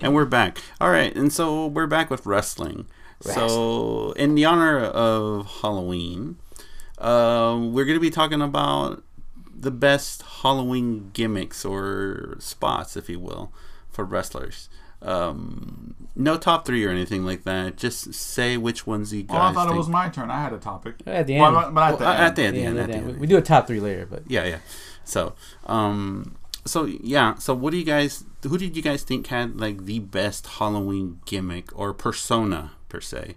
and we're back. All right, and so we're back with wrestling. So, in the honor of Halloween, uh, we're going to be talking about the best Halloween gimmicks or spots, if you will, for wrestlers. Um, no top three or anything like that. Just say which ones you Well, Oh, I guys. thought it think- was my turn. I had a topic. At the Well, but- end. but at the Well, end. at the end, Yeah, at the end, yeah, at the we, end. we do a top three later, but yeah yeah so um so yeah so what do you guys who did you guys think had like the best halloween gimmick or persona per se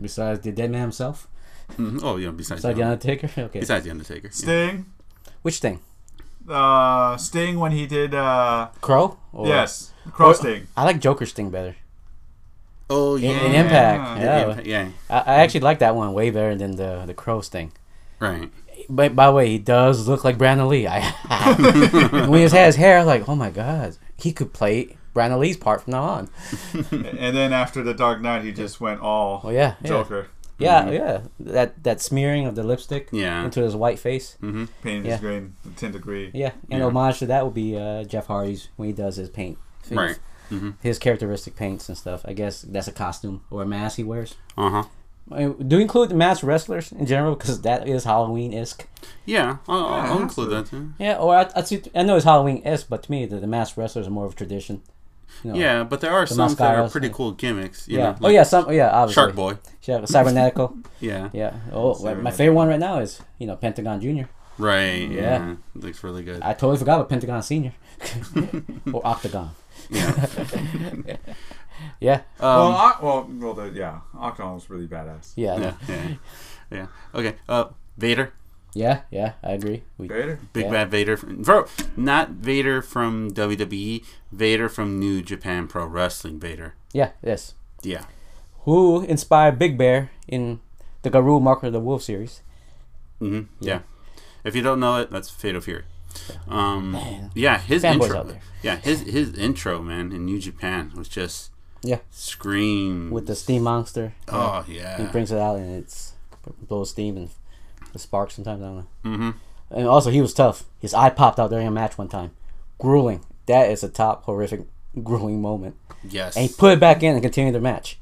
besides the dead man himself, Mhm. oh yeah besides besides the, the Undertaker, okay. besides the undertaker yeah. Sting. Which thing? Uh, Sting when he did. Uh, Crow? Or, yes, Crow Sting. I like Joker's thing better. oh yeah In, in Impact, Yeah. yeah. Impa- yeah I, I actually like that one way better than the the Crow's thing. right But by the way, he does look like Brandon Lee. I, when he had his hair, I was like, oh my god, he could play Brandon Lee's part from now on. and then after the Dark Knight, he just went all Well, yeah, yeah. Joker, Yeah, yeah. That that smearing of the lipstick Mm-hmm. Yeah. into his white face. painted Yeah. his green tinted green. Yeah, and Yeah. homage to that would be uh, Jeff Hardy's when he does his paint. things. Right. His characteristic paints and stuff. I guess that's a costume or a mask he wears. uh-huh I mean, do you include the masked wrestlers in general because that is Halloween esque. yeah i'll, I'll- I'll Yeah, include that too Yeah, or I, I, see, I know it's Halloween esque, but to me, the, the masked wrestlers are more of a tradition. You know, yeah but there are some that are mascaras, pretty yeah. cool gimmicks you Yeah. know, oh like yeah. Some. Yeah. Obviously. shark boy Yeah. Cybernetical. yeah, yeah. Oh, my- my Cybernetical. favorite one right now is you know Pentagon Junior. right yeah. Yeah. looks really good I totally forgot about Pentagon Senior or Octagon. yeah Yeah. well, I, well, well, the, yeah, Octagon was really badass. Yeah. I know. yeah yeah, yeah. okay uh vader Yeah, yeah, I agree. We, Vader. Big Yeah. Bad Vader, from, bro, not Vader from WWE, Vader from New Japan Pro Wrestling. Vader, yeah, yes. yeah, Who inspired Big Bear in the Garou Marker of the Wolf series? hmm yeah. If you don't know it, that's Fatal Fury. Um, Man. yeah, his Fanboys out intro, there. yeah, his his intro, man, in New Japan was just Yeah. scream With the steam monster. Oh yeah, He brings it out and it's blows steam and the sparks sometimes. I don't know. hmm And also, he was tough. His eye popped out during a match one time. Grueling. That is a top horrific, grueling moment. yes, And he put it back in and continued the match.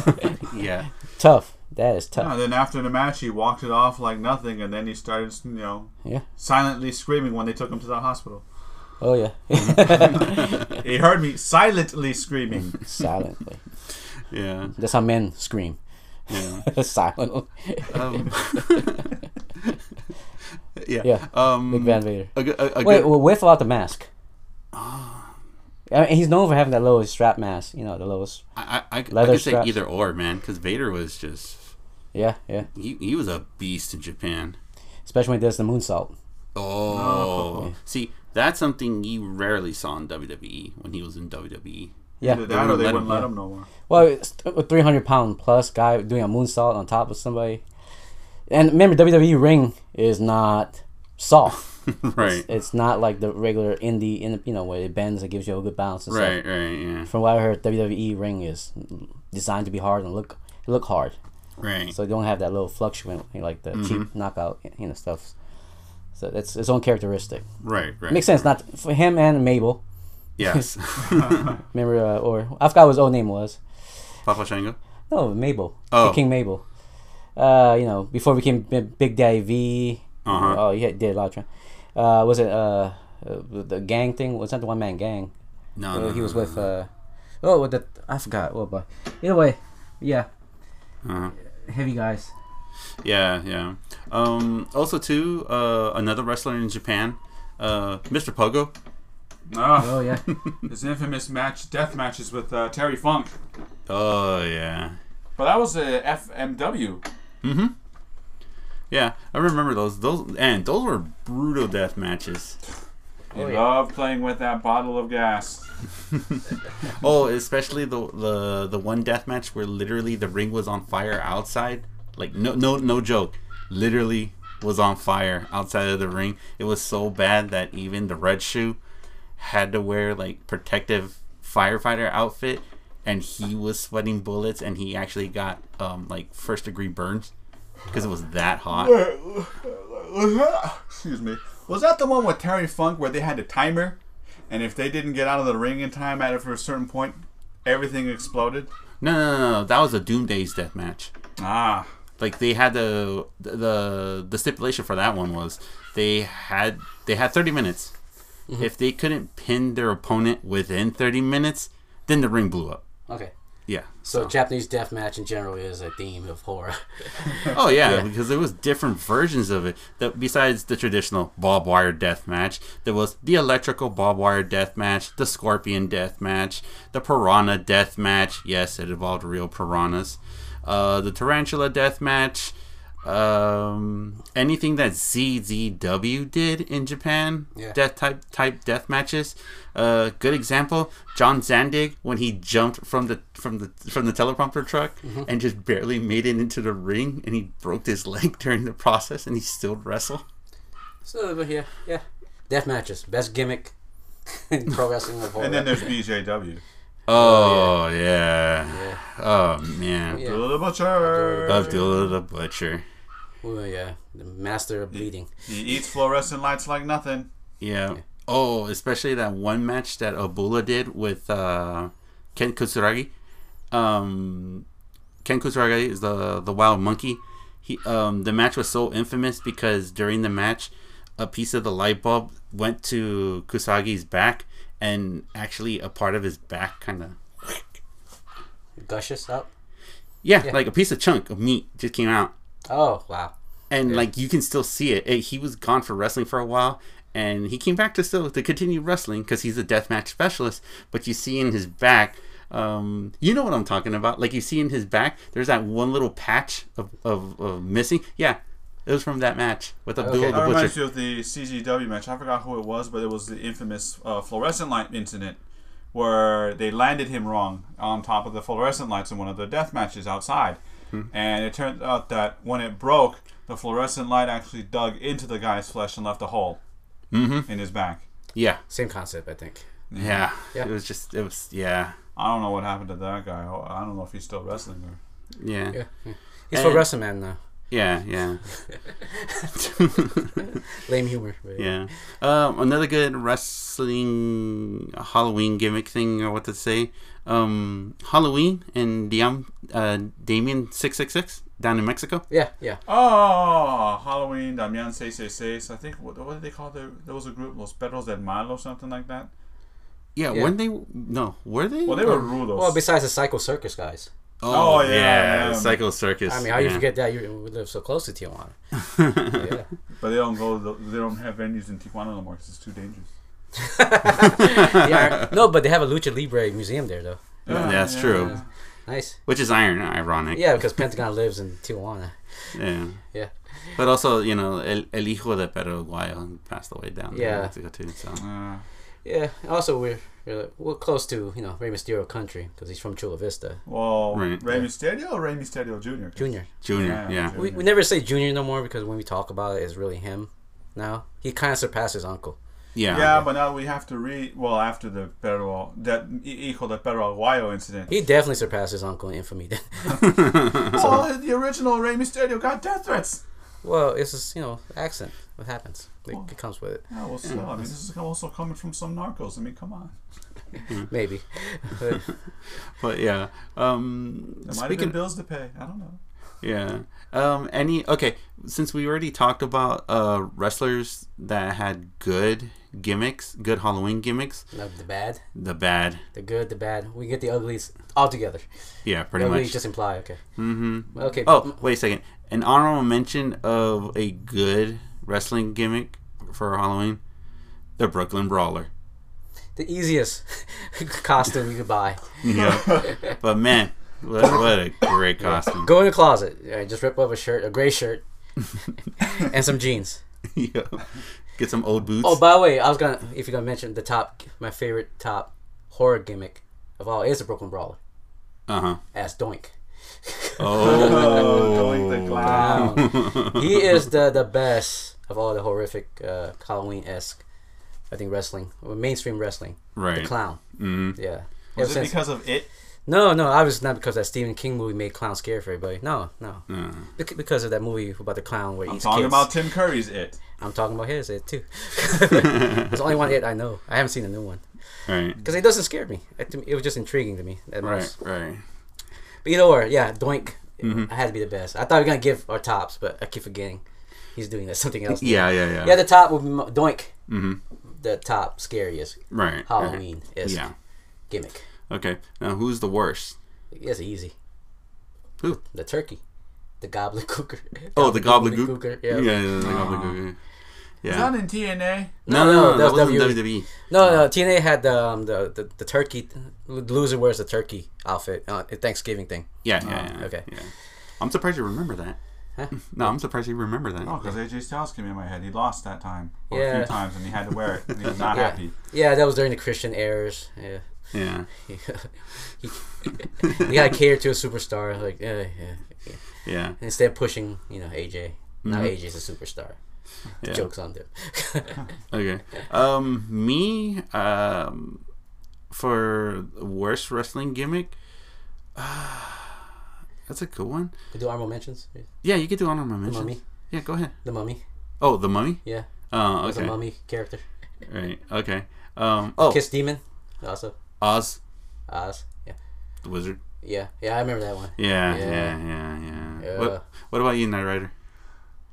yeah, tough. That is No, tough. then after the match, he walked it off like nothing, and then he started, you know, Yeah. silently screaming when they took him to the hospital. Oh, yeah. He heard me silently screaming. Silently. yeah, That's how men scream. yeah. Silently. Um, yeah, Yeah. Um, Big Van Vader. A, good- a, a Wait, good, well, with or without the mask? I mean, he's known for having that lowest strap mask, you know, the lowest. I, I, I leather could say straps. either or, man, because Vader was just Yeah, yeah. he, he was a beast in Japan. Especially when he does the moonsault. Oh, see, that's something you rarely saw in WWE when he was in E. WWE. Either Yeah. that or they Let him- wouldn't let him no more. Well, it's a 300 pound plus guy doing a moonsault on top of somebody. And remember, WWE ring is not soft. right, it's not like the regular indie, in you know, where it bends and gives you a good bounce and stuff. right, right, yeah, From what I heard, WWE ring is designed to be hard and look look hard. right. so they don't have that little fluctuant like the Mm-hmm. cheap knockout you know stuff so that's its own characteristic right, right. makes sense not for him and mabel Yes, remember uh, or i forgot what his old name was Papa Shango. no mabel Oh. king mabel uh you know before we became B- big daddy v Uh-huh. oh yeah did a lot of tra- uh was it uh uh, the gang thing was that the one man gang No, Uh, no, he was no, with uh oh with the i forgot what but either way yeah no. Uh-huh. heavy guys Yeah, yeah. Um, also, too, uh, another wrestler in Japan, uh, Mr. Pogo. oh Ah, yeah his infamous match, death matches with uh, Terry Funk. Oh yeah, But that was uh, a FMW. yeah. I remember those. Those and those were brutal death matches. He Oh, yeah. loved playing with that bottle of gas. Oh, especially the the the one death match where literally the ring was on fire outside. Like no no no joke. Literally was on fire outside of the ring. It was so bad that even the red shoe had to wear like protective firefighter outfit and he was sweating bullets and he actually got um like first degree burns because it was that hot. Uh-huh. excuse me. Was that the one with Terry Funk where they had a timer, and if they didn't get out of the ring in time at for a certain point, everything exploded? No, no, no, no. That was a Doomday's death match. Ah, Like they had the the the stipulation for that one was they had they had 30 minutes. If they couldn't pin their opponent within 30 minutes, then the ring blew up. Okay. Yeah. So Japanese death match in general is a theme of horror. Oh yeah, because there was different versions of it. That besides the traditional barbed wire death match, there was the electrical barbed wire death match, the scorpion death match, the piranha death match. Yes, it involved real piranhas. Uh, the tarantula death match. Um, anything that ZZW did in Japan, Yeah. death type type death matches. Uh, good example: John Zandig when he jumped from the from the from the teleprompter truck and just barely made it into the ring, and he broke his leg during the process, and he still wrestle. So but yeah, yeah. Death matches, best gimmick in pro wrestling of horror. and then there's BJW. Oh, yeah. yeah. Oh man. Yeah. Abdullah the Butcher. Abdullah the Butcher. Well, yeah, the master of bleeding. He eats fluorescent lights like nothing. Yeah. Oh, especially that one match that Abula did with uh, Ken Kusuragi. Um, Ken Kusuragi is the the wild monkey. He um, the match was so infamous because during the match, a piece of the light bulb went to Kusagi's back, and actually a part of his back kind of Gushes up. yeah, like a piece of chunk of meat just came out. Oh wow. and like you can still see it. Eh, He was gone for wrestling for a while, and he came back to still to continue wrestling because he's a deathmatch specialist. But you see in his back, um, you know what I'm talking about. Like you see in his back, there's that one little patch of, of, of missing. Yeah, it was from that match with Abdullah Okay. That the Butcher. reminds you of the CZW match. I forgot who it was, but it was the infamous uh, fluorescent light incident where they landed him wrong on top of the fluorescent lights in one of the death matches outside. And it turned out that when it broke, the fluorescent light actually dug into the guy's flesh and left a hole in his back. Yeah, Same concept, I think. yeah, Yeah. It was just it was yeah, I don't know what happened to that guy. Oh, I don't know if he's still wrestling or. yeah, yeah, He's And- for wrestling man now. yeah. Lame humor. but Yeah. Um, another good wrestling Halloween gimmick thing, or what to say. Um, Halloween and Diam, uh, Damien 666 down in Mexico. Yeah, yeah. Oh, Halloween, Damian Seis Seis Seis. I think what, what did they call there? There was a group, Los Perros del Mal or something like that. Yeah, Yeah. weren't they? No, were they? Oh, Well, they were rudos. Well, besides the Psycho Circus guys. Oh, Oh, yeah. yeah, yeah, yeah. Psycho Circus. I mean, how you yeah. forget that? You we live so close to Tijuana. yeah. But they don't go. They don't have venues in Tijuana anymore because it's too dangerous. yeah. No, but they have a Lucha Libre museum there, though. Yeah, that's true. Nice. Which is iron, ironic. Yeah, because Pentagon lives in Tijuana. Yeah. Yeah. But also, you know, El, El Hijo de Paraguayo passed away down there in Yeah. Mexico, too. So. Uh, Yeah. Also, we're we're, we're close to you know Rey Mysterio country because he's from Chula Vista. well, Right. Rey Mysterio or Rey Mysterio Jr. Junior. Junior, Yeah, yeah. Junior. We, we never say junior no more because when we talk about it, it's really him. Now he kind of surpassed his uncle. Yeah. Yeah, but now we have to read. Well, after the Pero that Hijo de Paraguayo incident. He definitely surpassed his uncle in infamy. then. Well, the original Rey Mysterio got death threats. well, it's just you know accent. What happens? It, it comes with it. Yeah, well, still, I mean, this is also coming from some narcos. I mean, come on. Mm-hmm. Maybe. But yeah. Um, There might have speaking been bills to pay. I don't know. Yeah. Um. Any okay? Since we already talked about uh wrestlers that had good gimmicks, good Halloween gimmicks, Not the bad, the bad, the good, the bad. We get the uglies all together. yeah, pretty The much. uglies just imply. Okay. Mm-hmm. Okay. oh, wait a second. An honorable mention of a good wrestling gimmick for Halloween, the Brooklyn Brawler. the easiest costume you could buy. Yeah. but man, what, what a great costume. Go in the closet. Alright, just rip up a shirt, a gray shirt, and some jeans. yeah. Get some old boots. Oh, by the way, I was gonna if you're gonna mention the top, my favorite top horror gimmick of all is the Brooklyn Brawler uh huh. as Doink. Oh. Going the glass. he is the the best of all the horrific uh, Halloween esque, I think wrestling, or mainstream wrestling. The right. clown. Mhm. Yeah. Was Ever it since- because of it? No, no, obviously not because that Stephen King movie made clown scare for everybody. No, no, Bec- because of that movie about the clown where I'm he eats talking kids. about Tim Curry's It. I'm talking about his it too. it's the only one it I know. I haven't seen the new one Right. because it doesn't scare me. It, to me- it was just intriguing to me. At Right. Mm-hmm. most. Right. But either or, yeah, Doink. I had to be the best. I thought we were gonna give our tops, but I keep forgetting he's doing that something else. Yeah. Yeah. Yeah. Yeah, the top would be mo- Doink. Mm-hmm. The top scariest right. Right. Halloween is Yeah. gimmick. Okay. Now who's the worst? It's easy. Who? The turkey, the goblin cooker. Oh, the Gobbledygook. Gobbledygooker, Yeah. Yeah. Ah. Yeah. yeah, The Gobbledygook. Yeah. It's not in TNA. no, No, no, no, that that was E. wasn't E. WWE. WWE. No, no. TNA had the um, the, the the turkey. The loser wears the turkey outfit. Uh, Thanksgiving thing. Yeah, yeah, yeah. Ah, okay. Yeah. I'm surprised you remember that. Huh? No, I'm surprised you remember that. Oh, because AJ Styles came in my head. He lost that time. Or a Yeah. few times, and he had to wear it. And he was not Yeah. happy. Yeah, that was during the Christian eras. Yeah. Yeah. he, he gotta cater to a superstar, like yeah, yeah, yeah. Yeah. instead of pushing, you know, AJ. Now AJ's a superstar. Mm-hmm. Yeah. Jokes on them. Okay. Um, me, um, for worst wrestling gimmick, uh, that's a good one. we do honorable mentions. Yeah, you could do honorable mentions. mummy. Yeah, go ahead. The Mummy. Oh, the mummy. Yeah, Oh, was okay. a mummy character. Right. Okay. Um. Oh, Kiss Demon, also Oz, Oz. Yeah, the wizard. yeah, yeah. I remember that one. Yeah. Yeah. Yeah. Yeah. Yeah. Yeah. What What about you, Night Rider?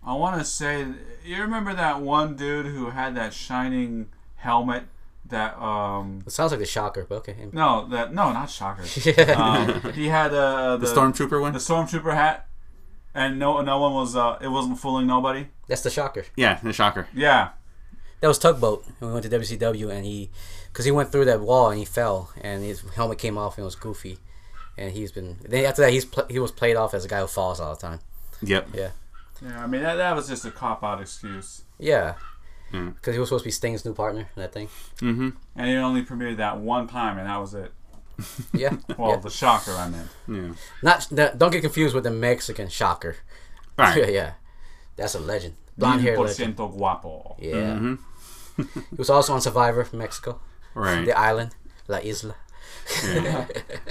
I want to say, you remember that one dude who had that shining helmet that um It sounds like the Shocker, but okay. no that no not Shocker. Yeah. um, he had uh, the, The stormtrooper one. the stormtrooper hat, and no no one was uh it wasn't fooling nobody. That's the Shocker. yeah, the shocker. Yeah, That was Tugboat. And we went to WCW, and he, because he went through that wall and he fell, and his helmet came off and it was goofy, and he's been. Then after that, he's pl- he was played off as a guy who falls all the time. Yep. Yeah, yeah. I mean that that was just a cop out excuse, yeah, because he was supposed to be Sting's new partner. That thing. Mm-hmm. and it only premiered that one time, and that was it. Yeah, Well, yeah. the Shocker I meant. Yeah. not that, don't get confused with the Mexican Shocker. All right. Yeah, yeah, that's a legend. Blonde hair legend. 100% guapo. Yeah. he was also on Survivor from Mexico, Right. the island La Isla.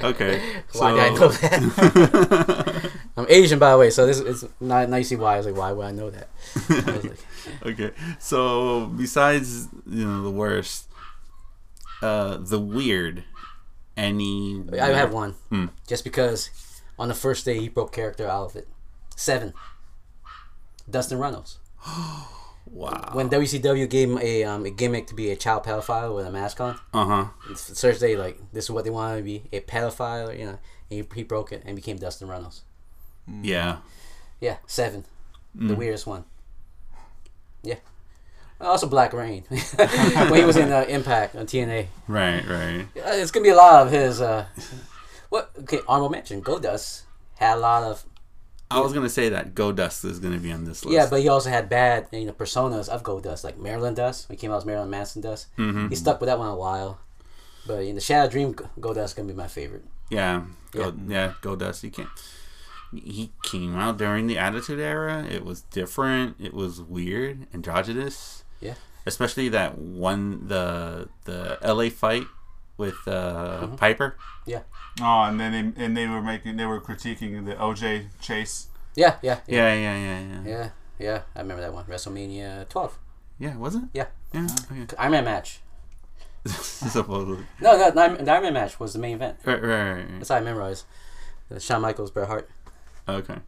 Okay. Why did I know that? I'm Asian, by the way, so this is not now you see why. I was like, why would I know that? I was like, okay. So besides you know the worst, uh, the weird, any. I have one, just because on the first day he broke character out of it. Seven. Dustin Reynolds. Wow. When WCW gave him a, um, a gimmick to be a child pedophile with a mask on, Uh huh. search day like this is what they wanted to be a pedophile, you know. And he, he broke it and became Dustin Reynolds. Mm. Yeah. Yeah, seven, the weirdest one. Yeah, also Black Rain when he was in uh, Impact on TNA. Right. Right. Uh, It's gonna be a lot of his. Uh, what? Okay, honorable mention. Goldust had a lot of. I was gonna say that Go Dust is gonna be on this list. Yeah, but he also had bad you know personas of Goldust, like Marilyn Dust. When he came out as Marilyn Manson Dust. He stuck with that one a while. But in the Shadow Dream, G- Goldust gonna be my favorite. yeah, Go, yeah. Go Dust. You can't. He came out during the Attitude Era. It was different. It was weird, androgynous. Yeah. Especially that one, the the LA fight with uh, Uh-huh. Piper. Yeah. Oh, and then they and they were making they were critiquing the OJ chase. Yeah. Yeah. Yeah. Yeah, yeah, yeah, yeah. Yeah, Yeah. Yeah. I remember that one. WrestleMania 12. was it? Yeah. Yeah. Okay. Iron Man match. Supposedly. No, no, the Iron the Iron Man match was the main event. Right, right, right, right. That's how I memorized. The Shawn Michaels, Bret Hart. Okay.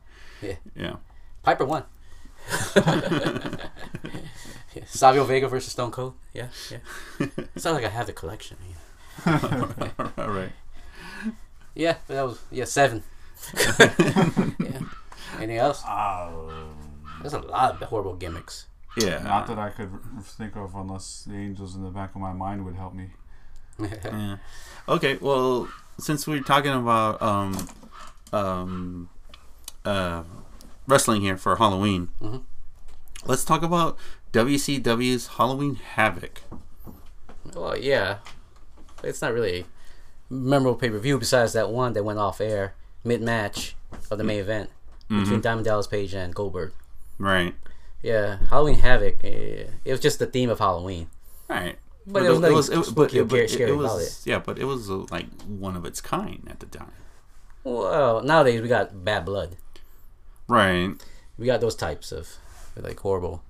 Yeah. Yeah. Piper won. yeah. Savio Vega versus Stone Cold. Yeah, yeah. It's not like I have the collection. Yeah, All right. yeah but that was yeah seven. yeah. Anything else? Oh. There's a lot of horrible gimmicks. Yeah. Not that I could r- think of unless the angels in the back of my mind would help me. Yeah. Okay. Well, since we're talking about um, um, uh, wrestling here for Halloween, Mm-hmm. let's talk about WCW's Halloween Havoc. well, yeah, it's not really a memorable pay per view besides that one that went off air mid match of the main event between Diamond Dallas Page and Goldberg. Right. Yeah, Halloween Havoc. eh, It was just the theme of Halloween. Right. But, it was nothing but spooky or it, but gar- it- scary it about was it. yeah, but it was uh, like one of its kind at the time. Well, nowadays we got bad blood. Right. We got those types of like horrible,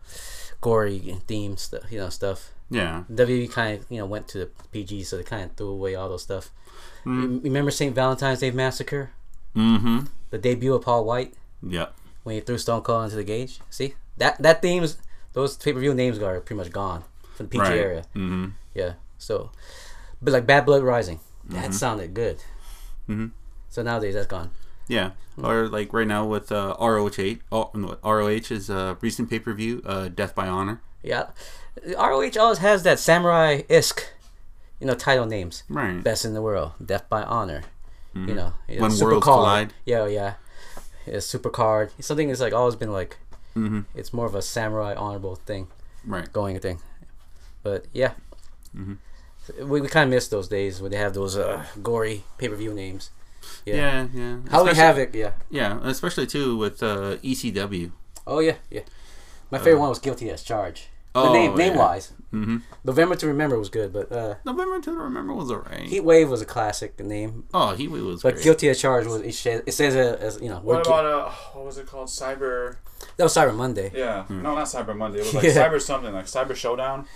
gory themes, stuff, you know, stuff. Yeah. WWE kind of you know went to the PG, so they kind of threw away all those stuff. You- Remember St. Valentine's Day Massacre, Mm-hmm. the debut of Paul White Yep. when he threw Stone Cold into the gauge. See that that themes, those pay per view names are pretty much gone from the PG Right. area. Mm-hmm. Yeah. So, but like Bad Blood Rising, that Mm-hmm. sounded good. Mhm. So nowadays that's gone. Yeah. Hmm. Or like right now with uh, ROH. Oh, no, ROH is a recent pay per view, uh, Death by Honor. Yeah, ROH always has that samurai isk, you know, title names. Right. Best in the world, Death by Honor. You know, yeah, Mm-hmm. When worlds collide. Yeah, oh, yeah. Yeah, super card. It's something that's like always been like. Mm-hmm. It's more of a samurai honorable thing, right. going thing, but yeah. Mm-hmm. We, we kind of miss those days when they have those uh, gory pay per view names. Yeah. Yeah. Yeah. How we Especially- have it, yeah. Yeah, especially too with uh, ECW. Oh yeah, yeah. My favorite one was Guilty as Charged. The Uh, Oh, name, name yeah. wise, Mm-hmm. November to Remember was good, but uh, November to Remember was alright. Heat Wave was a classic name. oh, he was But great. Guilty as Charged was it says, it says uh, as you know we're What gui- about uh, what was it called? Cyber. that was Cyber Monday. Yeah, no, not Cyber Monday. It was like Yeah. Cyber something, like Cyber Showdown.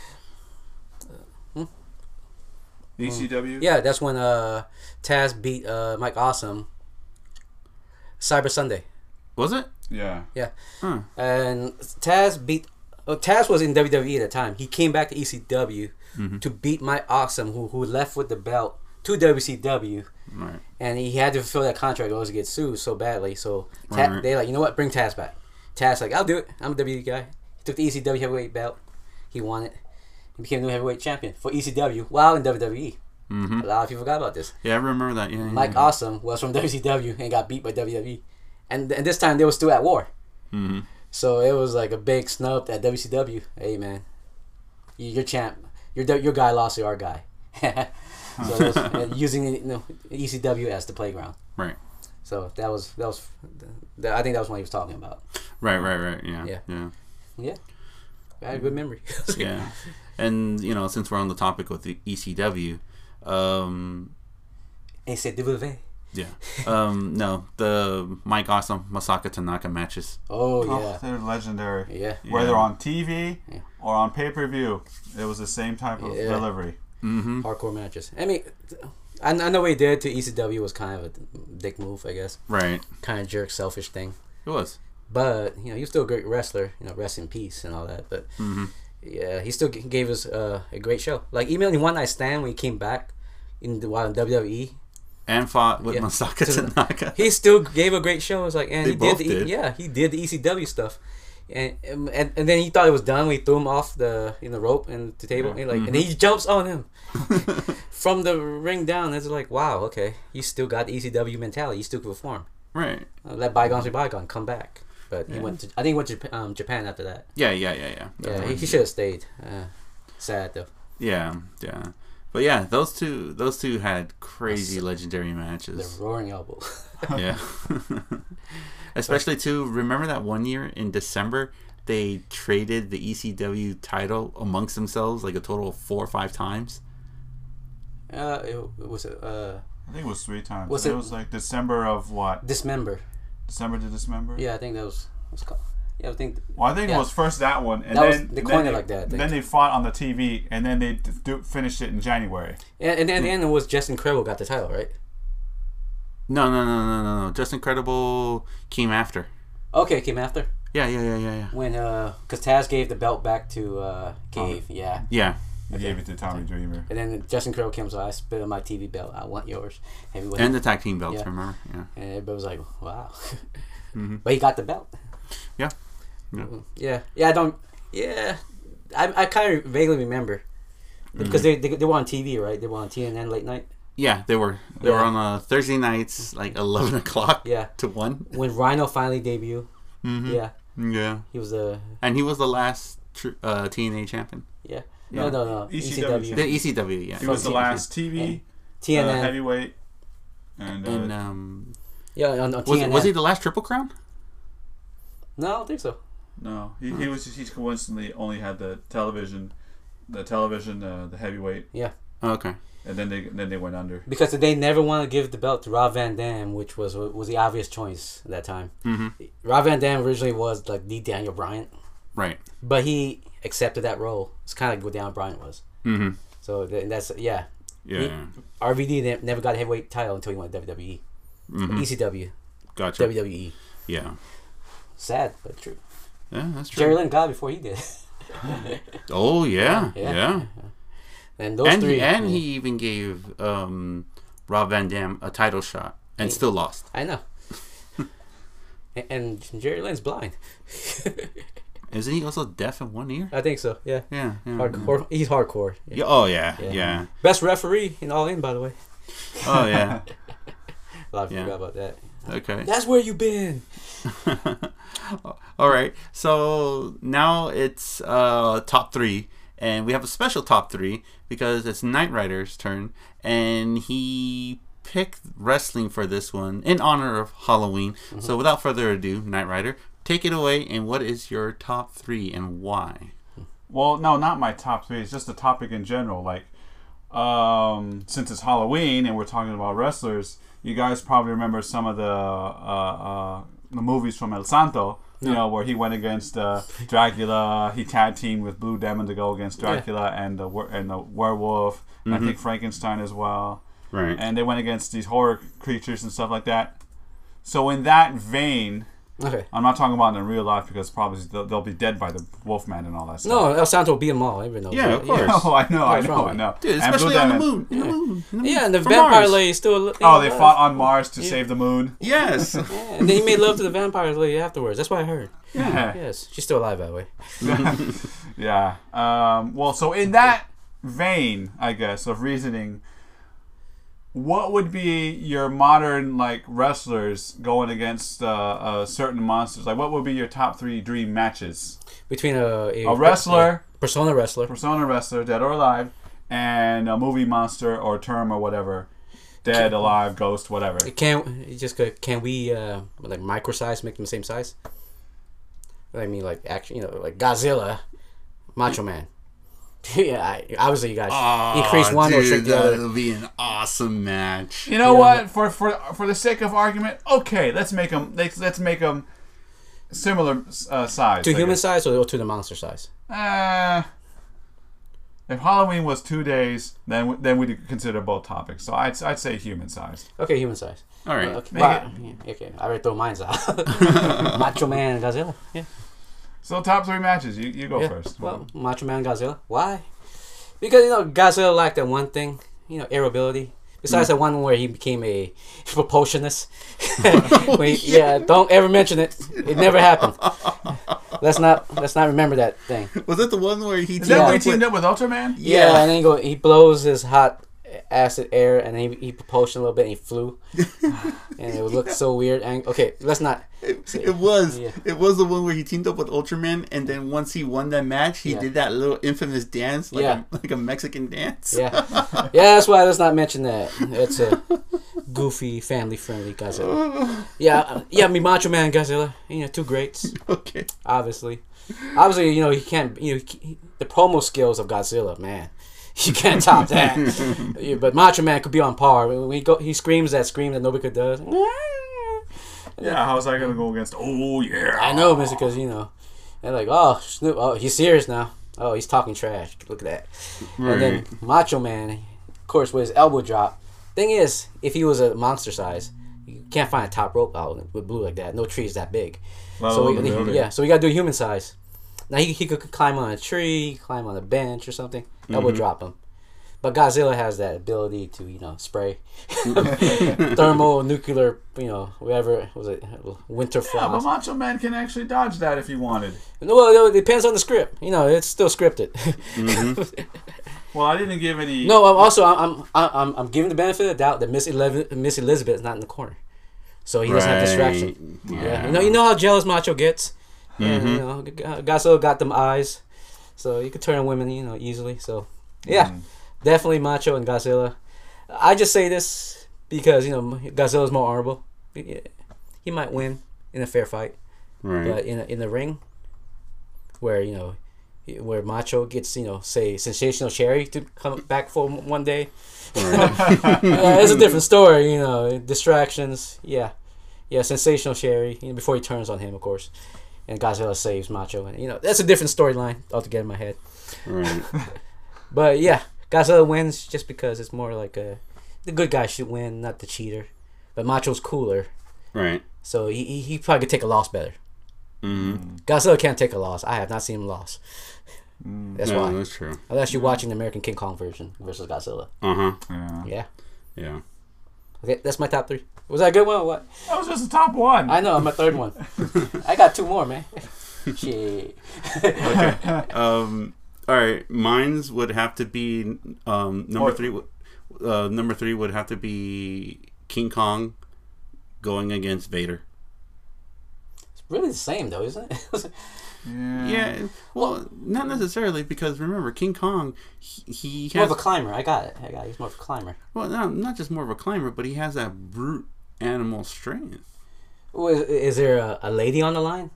E ECW. Yeah, that's when uh Taz beat uh Mike Awesome. Cyber Sunday. was it? Yeah. Yeah. Huh. And Taz beat well, Taz was in WWE at the time. He came back to ECW Mm-hmm. to beat Mike Awesome who who left with the belt to WCW Right. and he had to fulfill that contract or else he get sued so badly. So Ta- Right. they like, you know what, bring Taz back. Taz like, I'll do it. I'm a WWE guy. He took the ECW heavyweight belt. He won it. He became new heavyweight champion for ECW while in WWE. Mhm. A lot of people forgot about this. Yeah, I remember that. Yeah. yeah, Mike yeah. Awesome was from WCW and got beat by WWE, and and this time they were still at war. Mhm. So it was like a big snub at WCW. Hey man, you, your champ, your du- your guy lost to our guy. so it was, uh, using you know, ECW as the playground. Right. So that was that was that, I think that was what he was talking about. Right. Right. Right. Yeah. Yeah. Yeah. Yeah, I had a good memory. yeah. And you know, since we're on the topic with the ECW, um, And said "Devolve." yeah, um, no, the Mike Awesome Masaka Tanaka matches. Oh Oh, yeah, they're legendary. yeah. Whether Yeah. on TV or on pay per view, it was the same type of Yeah. delivery. Mm-hmm. Hardcore matches. I mean, I, I know what he did to ECW was kind of a dick move, I guess. Right. kind of jerk, selfish thing. It was. But you know, he was still a great wrestler. You know, rest in peace and all that. But Mm-hmm. yeah, he still g- gave us uh, a great show. Like even in One Night Stand when he came back in the while in WWE, And fought with Yeah. Masaka So- Tanaka. he still gave a great show. It's like and They he both did, the, E did. yeah, he did the ECW stuff. And, um, and and then he thought it was done. when he threw him off the in the rope and the table, and like and Mm-hmm. he jumps on him from the ring down. It's like wow, okay, you still got the ECW mentality. You still can perform. right. Uh, let bygones be bygone. Come back. But he went to. I think he went to Jap- um, Japan after that. Yeah. Yeah. Yeah. Yeah. Yeah, he, he should have stayed. Uh, sad though. Yeah. Yeah. But yeah, those two, those two had crazy legendary The matches. roaring elbow. yeah. Especially too, remember that one year in December they traded the ECW title amongst themselves like a total of four or five times. uh, it, it was a uh, I think it was three times. Was it, it- was like December of what? dismember. December to December. Yeah, I think that was. What's it called? Yeah, I think. Well, I think Yeah. it was first that one, and That was- then they coined then it like that, I think. Then they fought on the TV, and then they d- do, finished it in January. And, and then at the end it was Justin Incredible got the title, right? No, no, no, no, no, no. Just Incredible came after. Okay, it came after Yeah, yeah, yeah, yeah, yeah. when uh, cause Taz gave the belt back to uh, Cave. Yeah. Yeah. They gave it to Tommy Dreamer. And then Justin Incredible comes out. I spit on my TV belt. I want yours. Heavyweight. And the tag team belts, Yeah. remember? Yeah. and everybody was like, "Wow!" But he got the belt. Mm-hmm. Mm-hmm. Yeah. Yeah. Yeah. Yeah. I don't. Yeah. I, I kind of vaguely remember Mm-hmm. because they, they they were on TV, right? They were on TNN late night. Yeah, they were they were Yeah. on uh, Thursday nights, like eleven o'clock Yeah. to one. When Rhino finally debuted. Mm-hmm. Yeah. Yeah. He was the And he was the last tr- uh, TNA champion. yeah. No, no, no. E E ECW. ECW. The ECW, yeah. He was the TV. last TV uh, TNN. heavyweight, and, uh, and um, yeah, on, on was, TNN. was he the last Triple Crown? No, I don't think so. no, he, he was just, he coincidentally only had the television the television, uh, the heavyweight, Yeah, Oh, Okay. and then they then they went under. because they never want to give the belt to Rob Van Dam, which was was the obvious choice at that time. Mhm. Rob Van Dam originally was like the Daniel Bryant, Right. but he accepted that role. It's kind of like what Daniel Bryant was. Mm-hmm. So th- that's yeah. Yeah. RVD ne- never got a heavyweight title until he went to E. WWE, Mhm. ECW, Gotcha. WWE. Yeah. E. Sad but true. Yeah, that's true. Jerry Lynn got it before he did. Oh yeah, yeah. Yeah. And those And three. he, and he even gave um, Rob Van Dam a title shot and still lost. I know. A- and Jerry Lynn's blind. Isn't he also deaf in one ear? I think so. Yeah. Yeah. yeah, Uh, Hardcore. He's hardcore. yeah. Yeah, Oh yeah, yeah. Yeah. Best referee in All In, by the way. Oh yeah. A lot of Yeah. forgot about that. Okay. That's where you been. All right. So now it's uh, top three, and we have a special top three because it's Knight Rider's turn, and he picked wrestling for this one in honor of Halloween. So without further ado, Knight Rider, take it away. And what is your top three and why? Well, no, not my top three. It's just the topic in general. Like, um, since it's Halloween and we're talking about wrestlers, you guys probably remember some of the uh, uh, the movies from El Santo. You know where he went against uh, Dracula. He tag teamed with Blue Demon to go against Dracula and the wer- and the werewolf. and I think Frankenstein as well. Right. And they went against these horror creatures and stuff like that. So in that vein, Okay. Uh, I'm not talking about in real life because probably they'll, they'll be dead by the Wolfman and all that stuff. No, El Santo beat them all. Everyone knows. Yeah, that. of course. Oh, I know, I What's know, wrong I with know. Dude, And Blue especially on the Diamond- moon. In the moon. in the moon, Yeah, and the from vampire Mars. lady is still. Oh, they fought on Mars to save the moon. Yes. Yeah, and then he made love to the vampire lady afterwards. That's what I heard. Yeah. Yes, she's still alive, by the way. yeah. Um, well, so in that vein, I guess, of reasoning, what would be your modern like wrestlers going against uh, uh, certain monsters? Like, what would be your top three dream matches? Between a a, A wrestler, persona wrestler, persona wrestler, dead or alive, and a movie monster or term or whatever, dead, alive, ghost, whatever. Can it just go- can we uh, like microsize, make them the same size? I mean, like actually, you know, like Godzilla, Macho Man. yeah, I, obviously you guys increase one or shrink the other. That'll be an awesome match. You know Yeah. what? For for for the sake of argument, okay, let's make them let's, let's make them similar uh, size. To I human guess. size or to the monster size? Uh, if Halloween was two days, then we- then we'd consider both topics. So I'd I'd say human size. Okay, human size. All right. Okay, Make wow. Yeah, okay. I already throw mines out. Macho Man and Godzilla. Yeah. So top three matches. You you go yeah. first. Well, Macho Man Godzilla. Why? Because you know Godzilla lacked that one thing, you know, air ability. Besides the one where he became a propulsionist. When he- yeah. don't ever mention it. It never happened. let's not let's not remember that thing. Was that the one where he Is that yeah. where he teamed up with Ultraman? Yeah, Yeah. and then he go he blows his hot acid air and then he, he propulsion a little bit and he flew. and it looked so weird and okay, let's not It, it was. Yeah. It was the one where he teamed up with Ultraman, and then once he won that match, he Yeah. did that little infamous dance, like Yeah. a, like a Mexican dance. Yeah, yeah. That's why let's not mention that. It's a goofy, family-friendly Godzilla. Yeah, uh, yeah. I mean, Macho Man Godzilla. You know, two greats, Okay. obviously. Obviously, you know he can't. You know he- the promo skills of Godzilla, man. You can't top that. Yeah, but Macho Man could be on par. When we go, he screams that scream that nobody could does. Yeah. How's that gonna go against? Oh yeah. I know, Mister Casino. And like, oh Snoop, oh he's serious now. Oh, he's talking trash. Look at that. And then Macho Man, of course, with his elbow drop. Thing is, if he was a monster size, you can't find a top rope out with blue like that. No tree is that big. Well, so okay, we, okay. yeah, so we gotta do human size. Now he, he could climb on a tree, climb on a bench or something. Elbow drop him. But Godzilla has that ability to you know spray thermal nuclear you know whatever was it winter Yeah, but frost. Macho Man can actually dodge that if he wanted. No, well, it depends on the script. You know, it's still scripted. Well, I didn't give any. no, I'm also I'm I'm I'm, I'm giving the benefit of the doubt that Miss Eleven, Miss Elizabeth is not in the corner, so he doesn't have distraction. Yeah. Yeah, you know, you know how jealous Macho gets. Yeah, you know, G- Godzilla got them eyes, so you could turn on women, you know, easily. So, yeah, Mm. definitely Macho and Godzilla. I just say this because you know Godzilla's more honorable. He he might win in a fair fight. Right. but in in the ring, where you know where Macho gets you know say sensational Sherry to come back for m- one day. yeah, it's a different story, you know. Distractions, yeah, yeah. Sensational Sherry you know, before he turns on him, of course, and Godzilla saves Macho, and you know that's a different storyline altogether in my head. Right. But yeah, Godzilla wins just because it's more like a the good guy should win, not the cheater. But Macho's cooler, Right. so he he, he probably could take a loss better. Mm-hmm. Godzilla can't take a loss. I have not seen him loss. That's no, why. that's true. Unless you're watching the American King Kong version versus Godzilla. Uh huh. Yeah. Yeah. Yeah. Okay, that's my top three. Was that a good one or what? That was just the top one. I know, I'm a third one. I got two more, man. Shit. Um. All right. Mine's would have to be um number What? three. would- Uh, number three would have to be King Kong going against Vader. It's really the same, though, isn't it? Mm. yeah. Yeah. Well, not necessarily because remember King Kong, he, he more has of a climber. I got it. I got it. He's more of a climber. well not, not just more of a climber, but he has that brute animal strength. Ooh, is, is there a, a lady on the line?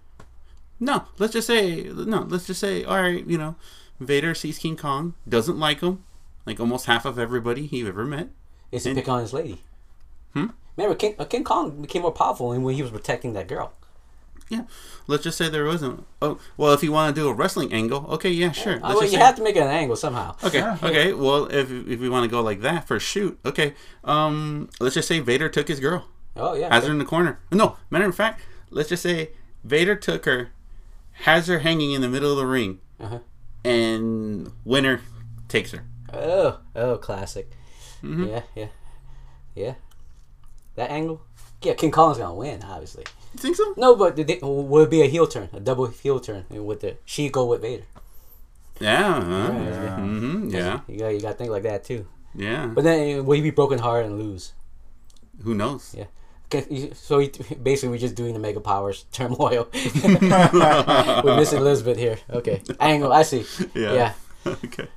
No, let's just say no. Let's just say all right. You know, Vader sees King Kong, doesn't like him, like almost half of everybody he ever met. Is he And- picking on his lady? Hmm? Remember, King, uh, King Kong became more powerful when he was protecting that girl. Yeah, let's just say there wasn't. Oh, well, if you want to do a wrestling angle, okay, yeah, sure. Uh, Let's well, just you say- have to make it an angle somehow. Okay, okay. Well, if if we want to go like that for a shoot, okay. Um, let's just say Vader took his girl, Oh, yeah. has her in the corner. No, matter of fact, let's just say Vader took her, has her hanging in the middle of the ring, Uh-huh. and winner takes her. Oh, oh, classic. Yeah, yeah, yeah. That angle. Yeah, King Kong's gonna win, obviously. You think so? No, but did they, will it be a heel turn, a double heel turn and with the she go with Vader? Yeah. huh? Yeah. hmm Yeah. You got you got to think like that too. Yeah. But then uh, will he be broken heart and lose? Who knows? Yeah. Okay, you- so he, basically we're just doing the mega powers turmoil. we're missing Elizabeth here. Okay, angle. I see. Yeah. okay.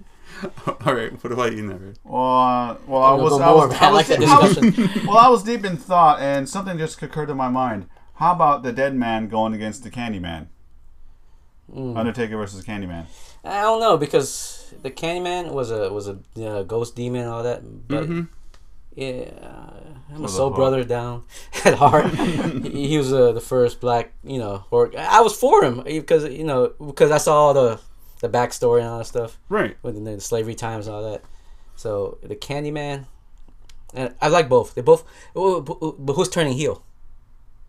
All right. What about you, Never? Well, uh, well, I We'll was, go I more, was, but I I like was- that I was- discussion. well, I was deep in thought, and something just occurred to my mind. How about the dead man going against the Candyman? Hmm. Undertaker versus Candyman. I don't know because the Candyman was a was a uh, ghost demon and all that, but yeah, I'm a Was a soul hawk. brother down at heart. he, he was uh, the first black, you know, or I was for him because you know because I saw all the the backstory and all that stuff Right. with the, slavery times and all that. So the Candyman, and I like both. They both, oh, but but who's turning heel?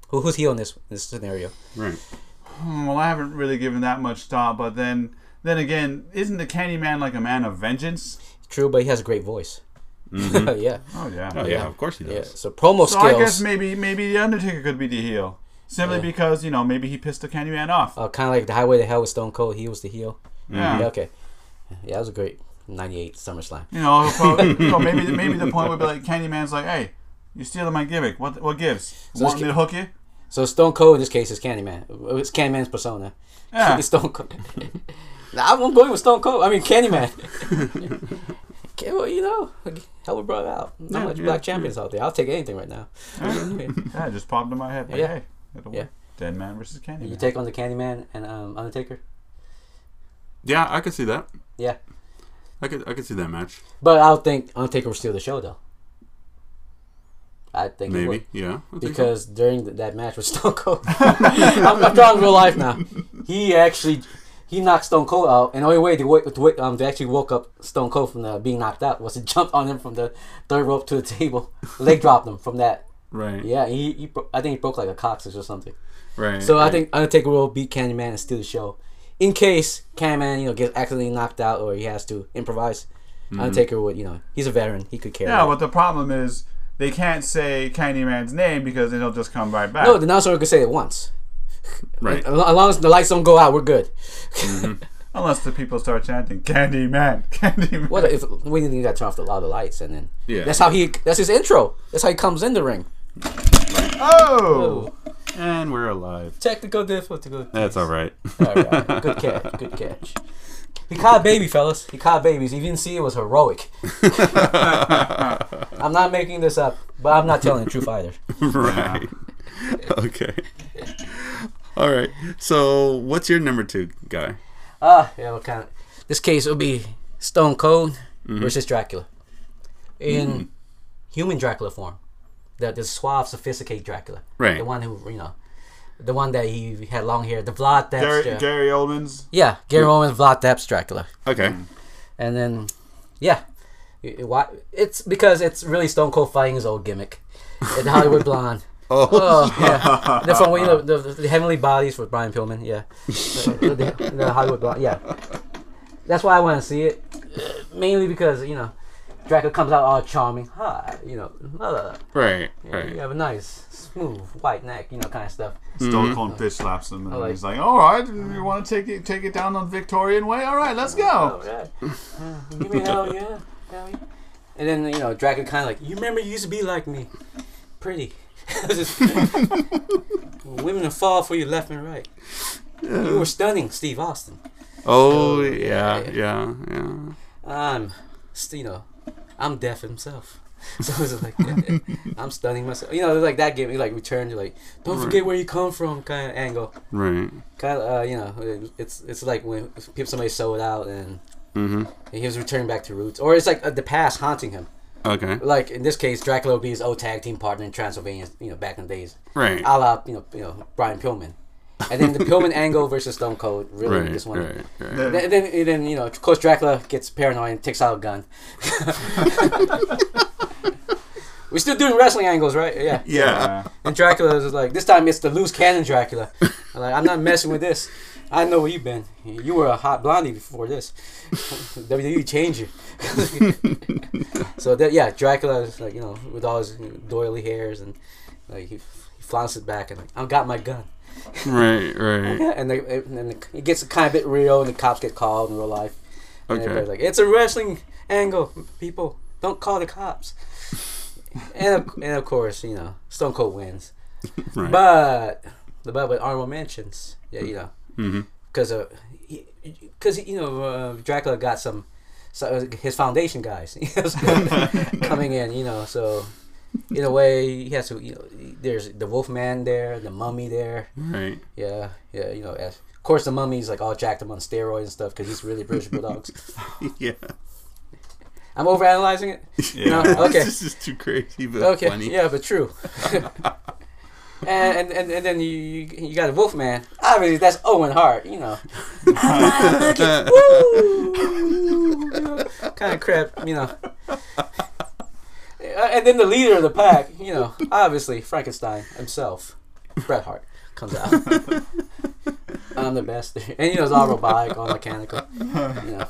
Who, who's heel in this this scenario? Right. Hmm, Well, I haven't really given that much thought, but then, then again, isn't the Candyman like a man of vengeance? True, but he has a great voice. yeah, Oh yeah. Oh, yeah, Yeah. Of course he yeah. does. So promo So skills. I guess maybe maybe the Undertaker could be the heel, simply Yeah. because you know maybe he pissed the Candyman off. Uh, kind of like the Highway to Hell with Stone Cold. He was the heel. yeah. Yeah, okay. Yeah, that was a great 98 SummerSlam. You know, so, so maybe maybe the point would be like Candyman's like, hey, you're stealing my gimmick. What what gives? So Want it's me to hook you? So Stone Cold in this case is Candyman. It's Candyman's persona. Yeah. It's Stone Cold. Nah, I'm going with Stone Cold. I mean Candyman. okay, well, you know, like, hell we brought out. Not Yeah, much yeah, black champions out there. I'll take anything right now. Yeah, it just popped in my head. Like, Yeah. hey, it'll work. Dead man versus Candyman. You take on the Candyman and um, Undertaker. Yeah, I could see that. Yeah, I could I could see that match. but I don't think Undertaker will steal the show though. I think he would. Maybe. Yeah. I think so. because during th- that match with Stone Cold, I'm, I'm drawing real life now. He actually he knocked Stone Cold out, and the only way to, wa- to, wa- um, to actually woke up Stone Cold from the, being knocked out was to jump on him from the third rope to the table, leg dropped him from that. Right. Yeah, he, he bro- I think he broke like a coccyx or something. Right. So I right. think Undertaker will beat Candyman and steal the show, in case Candyman you know gets accidentally knocked out or he has to improvise. Undertaker would you know he's a veteran, he could carry. Yeah, it. but the problem is they can't say Candyman's name because then he'll just come right back. no, the announcer could say it once. Right. As long as the lights don't go out, we're good. Unless the people start chanting Candyman, Candyman. What if we need to turn off the, all the lights and then? Yeah. That's how he. That's his intro. That's how he comes in the ring. Oh, And we're alive. Technical difficulty. That's all right. All right. Good catch. Good catch. He caught baby, fellas. He caught babies. If you didn't see, it was heroic. I'm not making this up, but I'm not telling the truth either. right. okay. All right. So, what's your number two guy? Ah, yeah, what kind? Of, this case will be Stone Cold versus Dracula, in human Dracula form, the the suave, sophisticated Dracula, Right. The one who you know, the one that he had long hair, the Vlad Tepes. Gary, Dra- Gary Oldman's. yeah, Gary Oldman, Vlad Tepes Dracula, Okay. and then yeah, Y- y- why? It's because it's really Stone Cold fighting his old gimmick, and Hollywood Blonde. Oh, Oh yeah, the from you know, the, the Heavenly Bodies with Brian Pillman. Yeah, the, the- the Hollywood Blonde. Yeah, that's why I want to see it, uh, mainly because you know, Dracula comes out all charming. Hi, you know, uh, right, you right. have a nice smooth white neck, you know, kind of stuff. Stone Cold bitch slaps him, and I like- he's like, "All right, you want to take it take it down on Victorian way? All right, let's go." Oh, yeah, give me hell yeah, hell yeah. And then you know, Dracula kind of like, you remember you used to be like me, pretty. Just- women will fall for you left and right. You were stunning, Steve Austin. Oh, So, yeah, yeah. yeah, yeah. I'm, st- you know, I'm deaf himself. So it's like yeah, I'm stunning myself. You know, like that gave me like return to like don't forget where you come from kind of angle. Right. Kind of uh, you know, it's it's like when people somebody sold out and Mm-hmm. he was returning back to roots, or it's like uh, the past haunting him. Okay. Like in this case, Dracula would be his old tag team partner in Transylvania. You know, back in the days, Right. a la you know you know Brian Pillman, and then the Pillman angle versus Stone Cold really Right. this one. Right. Right. The- Then, then, and then you know, of course, Dracula gets paranoid and takes out a gun. We're still doing wrestling angles, right? Yeah. Yeah. Yeah. And Dracula is like, this time it's the loose cannon Dracula. I'm like, I'm not messing with this. I know where you've been. You were a hot blondie before this. WWE changed you. so that yeah, Dracula is like you know with all his doily hairs and like he, he flaunts it back and like I got my gun. Right. Right. Yeah, and, they, and then it gets kind of a bit real, and the cops get called in real life. And Okay. everybody's like, it's a wrestling angle, people. Don't call the cops. and, of, and of course, you know, Stone Cold wins. Right. But the but with honorable mentions, yeah, you know, mm-hmm. because uh, because you know, uh, Dracula got some, so uh, his foundation guys coming in, you know, so. In a way, he has to. You know, there's the Wolfman there, the Mummy there. Right. Yeah, yeah, you know, as, of course the mummy's like all jacked up on steroids and stuff because he's really British Bulldogs. Yeah. I'm overanalyzing it. Yeah. No, okay. this is too crazy, but Okay, funny. yeah, but true. and, and and and then you you, you got a Wolfman. Obviously, that's Owen Hart. You know, kind of crap. You know. Uh, And then the leader of the pack, you know, obviously Frankenstein himself, Bret Hart, comes out. I'm the best, and you know it's all robotic, all mechanical. You know.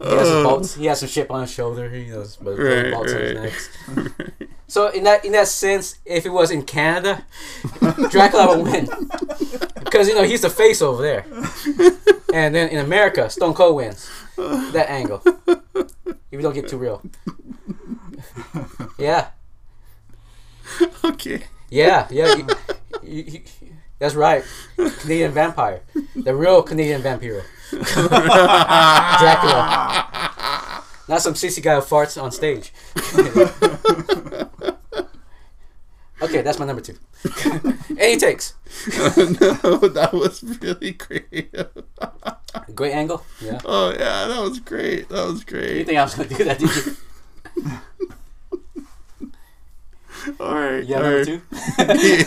He has some Um. bolts. He has some shit on his shoulder. He knows bolts Right, on his right. neck. So in that in that sense, if it was in Canada, Dracula would win because you know he's the face over there. And then in America, Stone Cold wins that angle. If you don't get too real, yeah, okay. yeah, yeah. you- you- you- that's right, Canadian vampire, the real Canadian vampire, Dracula, not some sissy guy who farts on stage. okay, that's my number two. Any takes. Oh, no, that was really creative. Great angle. Yeah. Oh yeah, that was great. That was You great. think I was gonna do that? Did you? All right. Yeah, all number right. two. I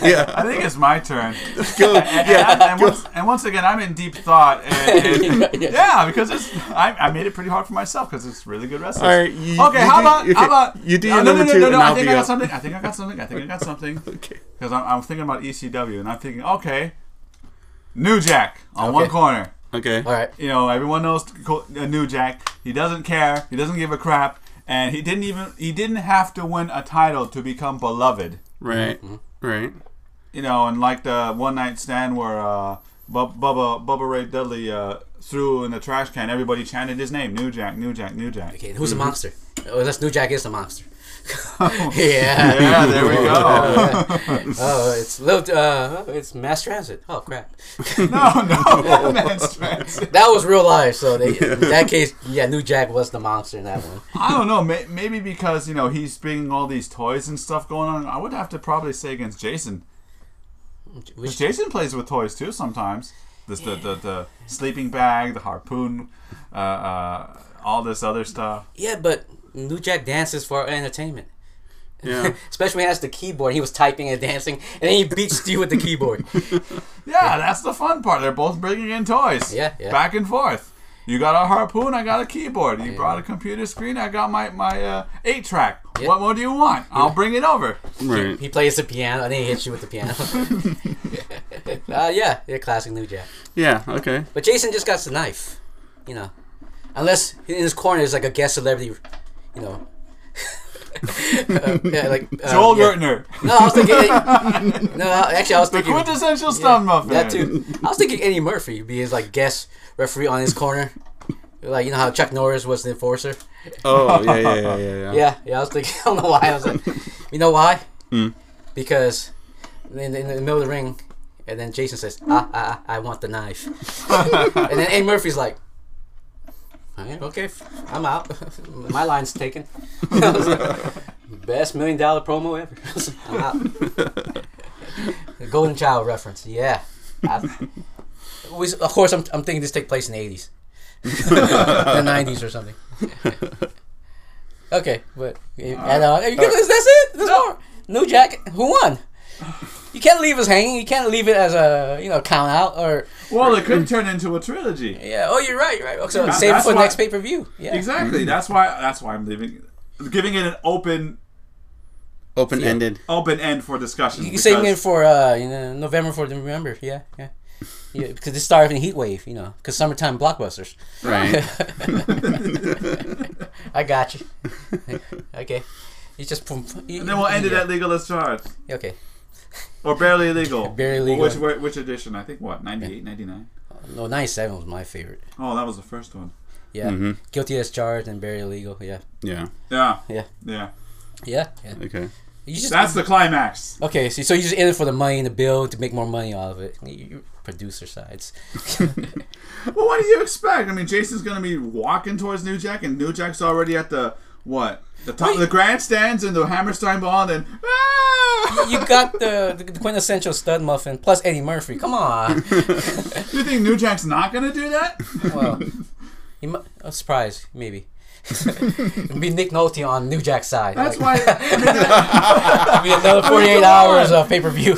yeah. think it's my turn. Go. And, Yeah. and, and once, and once again, I'm in deep thought. And, and- Yeah. yeah, because it's I, I made it pretty hard for myself because it's really good wrestling. All right. You, Okay, you how do- about okay, how about you do No, your no, number no, two no, no, and I I'll think be I got up. something. I think I got something. I think I got something Okay. because I'm, I'm thinking about ECW and I'm thinking, okay, New Jack on one Okay. corner. Okay. All right. You know, everyone knows Co- uh, New Jack. He doesn't care. He doesn't give a crap, and he didn't even he didn't have to win a title to become beloved. Right. Mm-hmm. Right. you know, and like the one night stand where uh, Bub- Bubba Bubba Ray Dudley uh, threw in the trash can, everybody chanted his name, New Jack, New Jack, New Jack. Okay. Who's the monster? Oh, that's New Jack is the monster. yeah. Yeah, there we go. Oh, it's little. Uh, it's mass transit. Oh crap. no, no, man's trans. That was real life. So they, in that case, yeah, New Jack was the monster in that one. I don't know. May- maybe because you know he's bringing all these toys and stuff going on. I would have to probably say against Jason. Which, Jason plays with toys too sometimes. This, the, the, the sleeping bag, the harpoon, uh, uh, all this other stuff. Yeah, but New Jack dances for our entertainment. Yeah. Especially when he has the keyboard. He was typing and dancing, and then he beats you with the keyboard. Yeah, that's the fun part. They're both bringing in toys. Yeah, yeah. Back and forth. You got a harpoon. I got a keyboard. You brought a computer screen. I got my my uh, eight track. Yeah. What more do you want? I'll bring it over. Right. He plays the piano, and then he hits you with the piano. uh, yeah, yeah, classic New Jack. Yeah. Okay. But Jason just got the knife, you know. Unless in his corner is like a guest celebrity, you know. Uh, yeah, like uh, Joel yeah. Gertner, No, I was thinking. no, actually, I was the thinking quintessential stun muffin. that too. I was thinking Eddie Murphy would be his like guest referee on his corner, like you know how Chuck Norris was the enforcer. Oh yeah yeah yeah yeah. Yeah, yeah. I was thinking. I don't know why. I was like, you know why? Because in, in the middle of the ring, and then Jason says, "Ah, ah, ah, I want the knife," and then A Murphy's like, "All right, "Okay, f- I'm out. My line's taken." I was like, Best million dollar promo ever. I'm out. the Golden Child reference. Yeah. I- we- of course, I'm, I'm thinking this take place in the 80s, the 90s or something. Okay, but and, uh, you can, that's it. That's all. New Jack, who won? You can't leave us hanging. You can't leave it as a you know count out or Well, it could turn into a trilogy. yeah. Oh, you're right. you're Right. So Yeah, save it that's for why- next pay per view. Yeah. Exactly. That's why. That's why I'm leaving, giving it an open Open ended. open end for discussion. You can save it because- for uh you know November for the November. Yeah, yeah. Yeah, because it's starting a heat wave, you know, because summertime blockbusters. Right. I got you. okay. You just. You, and then we'll end it at legal as charged Okay. or barely illegal. Barely Well, Legal. Which which edition? I think what 98, 99? No, 97 was my favorite. Oh, that was the first one. Yeah. Guilty as charged and barely illegal. Yeah. Yeah. Yeah. Yeah. Yeah. Yeah. Yeah. Okay. You just That's the climax. okay. So, so you just in it for the money and the bill to make more money out of it. You, you- producer sides. Well, what do you expect? I mean, Jason's going to be walking towards New Jack, and New Jack's already at the what? The top of the grandstands and the Hammerstein Ball, and ah! you got the, the quintessential stud muffin plus Eddie Murphy. Come on. you think New Jack's not going to do that? Well, he mu- a surprise maybe. It'd be Nick Nolte on New Jack's side. That's Oh Like, why. I mean, it'd be another come forty-eight on. hours of pay-per-view.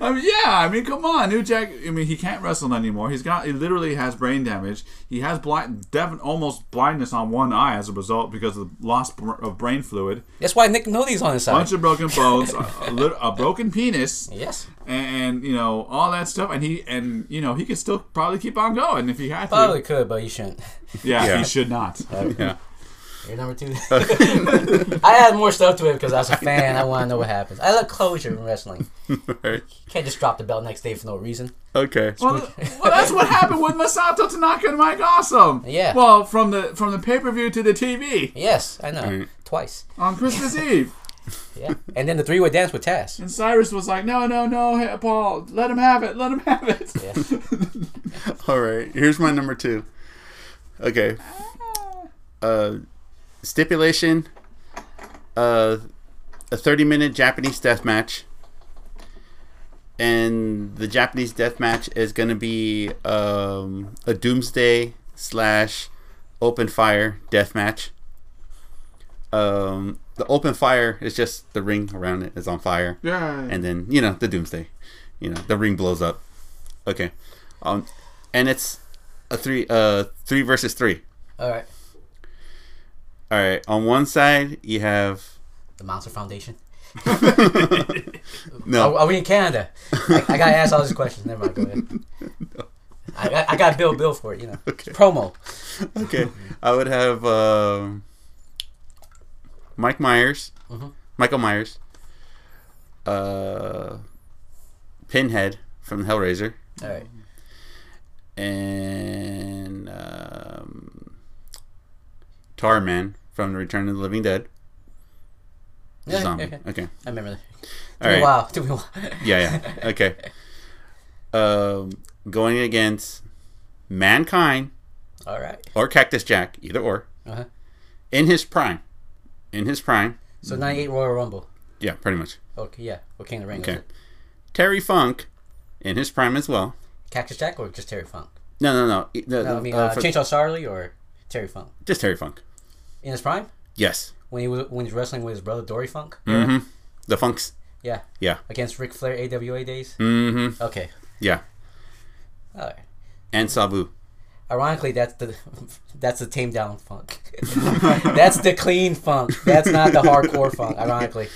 I mean, yeah, I mean, come on, New Jack. I mean, he can't wrestle anymore. He's got, he literally has brain damage. He has blind, deaf, almost blindness on one eye as a result because of the loss br- of brain fluid, That's why Nick Nolte's on his side. bunch of broken bones, a, a lit- a broken penis, Yes. and you know all that stuff. And he, and you know, he could still probably keep on going if he had to. Probably could, but you shouldn't. Yeah, Yeah. he should not. Yeah. You're number two. I add more stuff to it because I was a fan. I want to know what happens. I like closure in wrestling. Right. You can't just drop the belt next day for no reason. Okay. Well, th- well, that's what happened with Masato Tanaka and Mike Awesome. Yeah. Well, from the from the pay per view to the TV Yes, I know. Right. Twice. on Christmas Eve. Yeah. And then the three way dance with Taz. And Cyrus was like, "No, no, no, hey, Paul, let him have it, let him have it." Yeah. All right. Here's my number two. Okay. Uh, stipulation. Uh, a 30 minute Japanese death match. And the Japanese death match is going to be um, a doomsday slash open fire death match. Um, the open fire is just the ring around it is on fire Yeah. and then you know the doomsday you know the ring blows up okay um and it's a three uh three versus three All right. all right on one side you have The Monster Foundation. Are, no are we in Canada? I, I gotta ask all these questions. Never mind. Go ahead. I, got- I got Bill Bill for it, you know. Okay. Promo. okay i would have um mike myers Mm-hmm. michael myers uh pinhead from hellraiser All right. and um tarman from the return of the living dead Yeah, zombie okay. okay I remember that. all Took me a right while. Took me a while. yeah, yeah. Okay. Um, going against Mankind All right. or Cactus Jack, either or, Uh-huh. in his prime. In his prime. So 98 Royal Rumble. Yeah, pretty much. Okay, yeah. What King of the Ring. was Okay. it? Terry Funk, in his prime as well. Cactus Jack or just Terry Funk? No, no, no. The- the- No, I mean, uh, uh, for- Chainsaw Charlie or Terry Funk just Terry Funk. in his prime Yes. when he was when he's wrestling with his brother Dory Funk. Mm-hmm. The Funks. Yeah, Yeah. against Ric Flair AWA days. Mm-hmm. Okay, Yeah. all right. And Sabu. Ironically, that's the that's the tame down funk. that's the clean funk. That's not the hardcore funk. Ironically,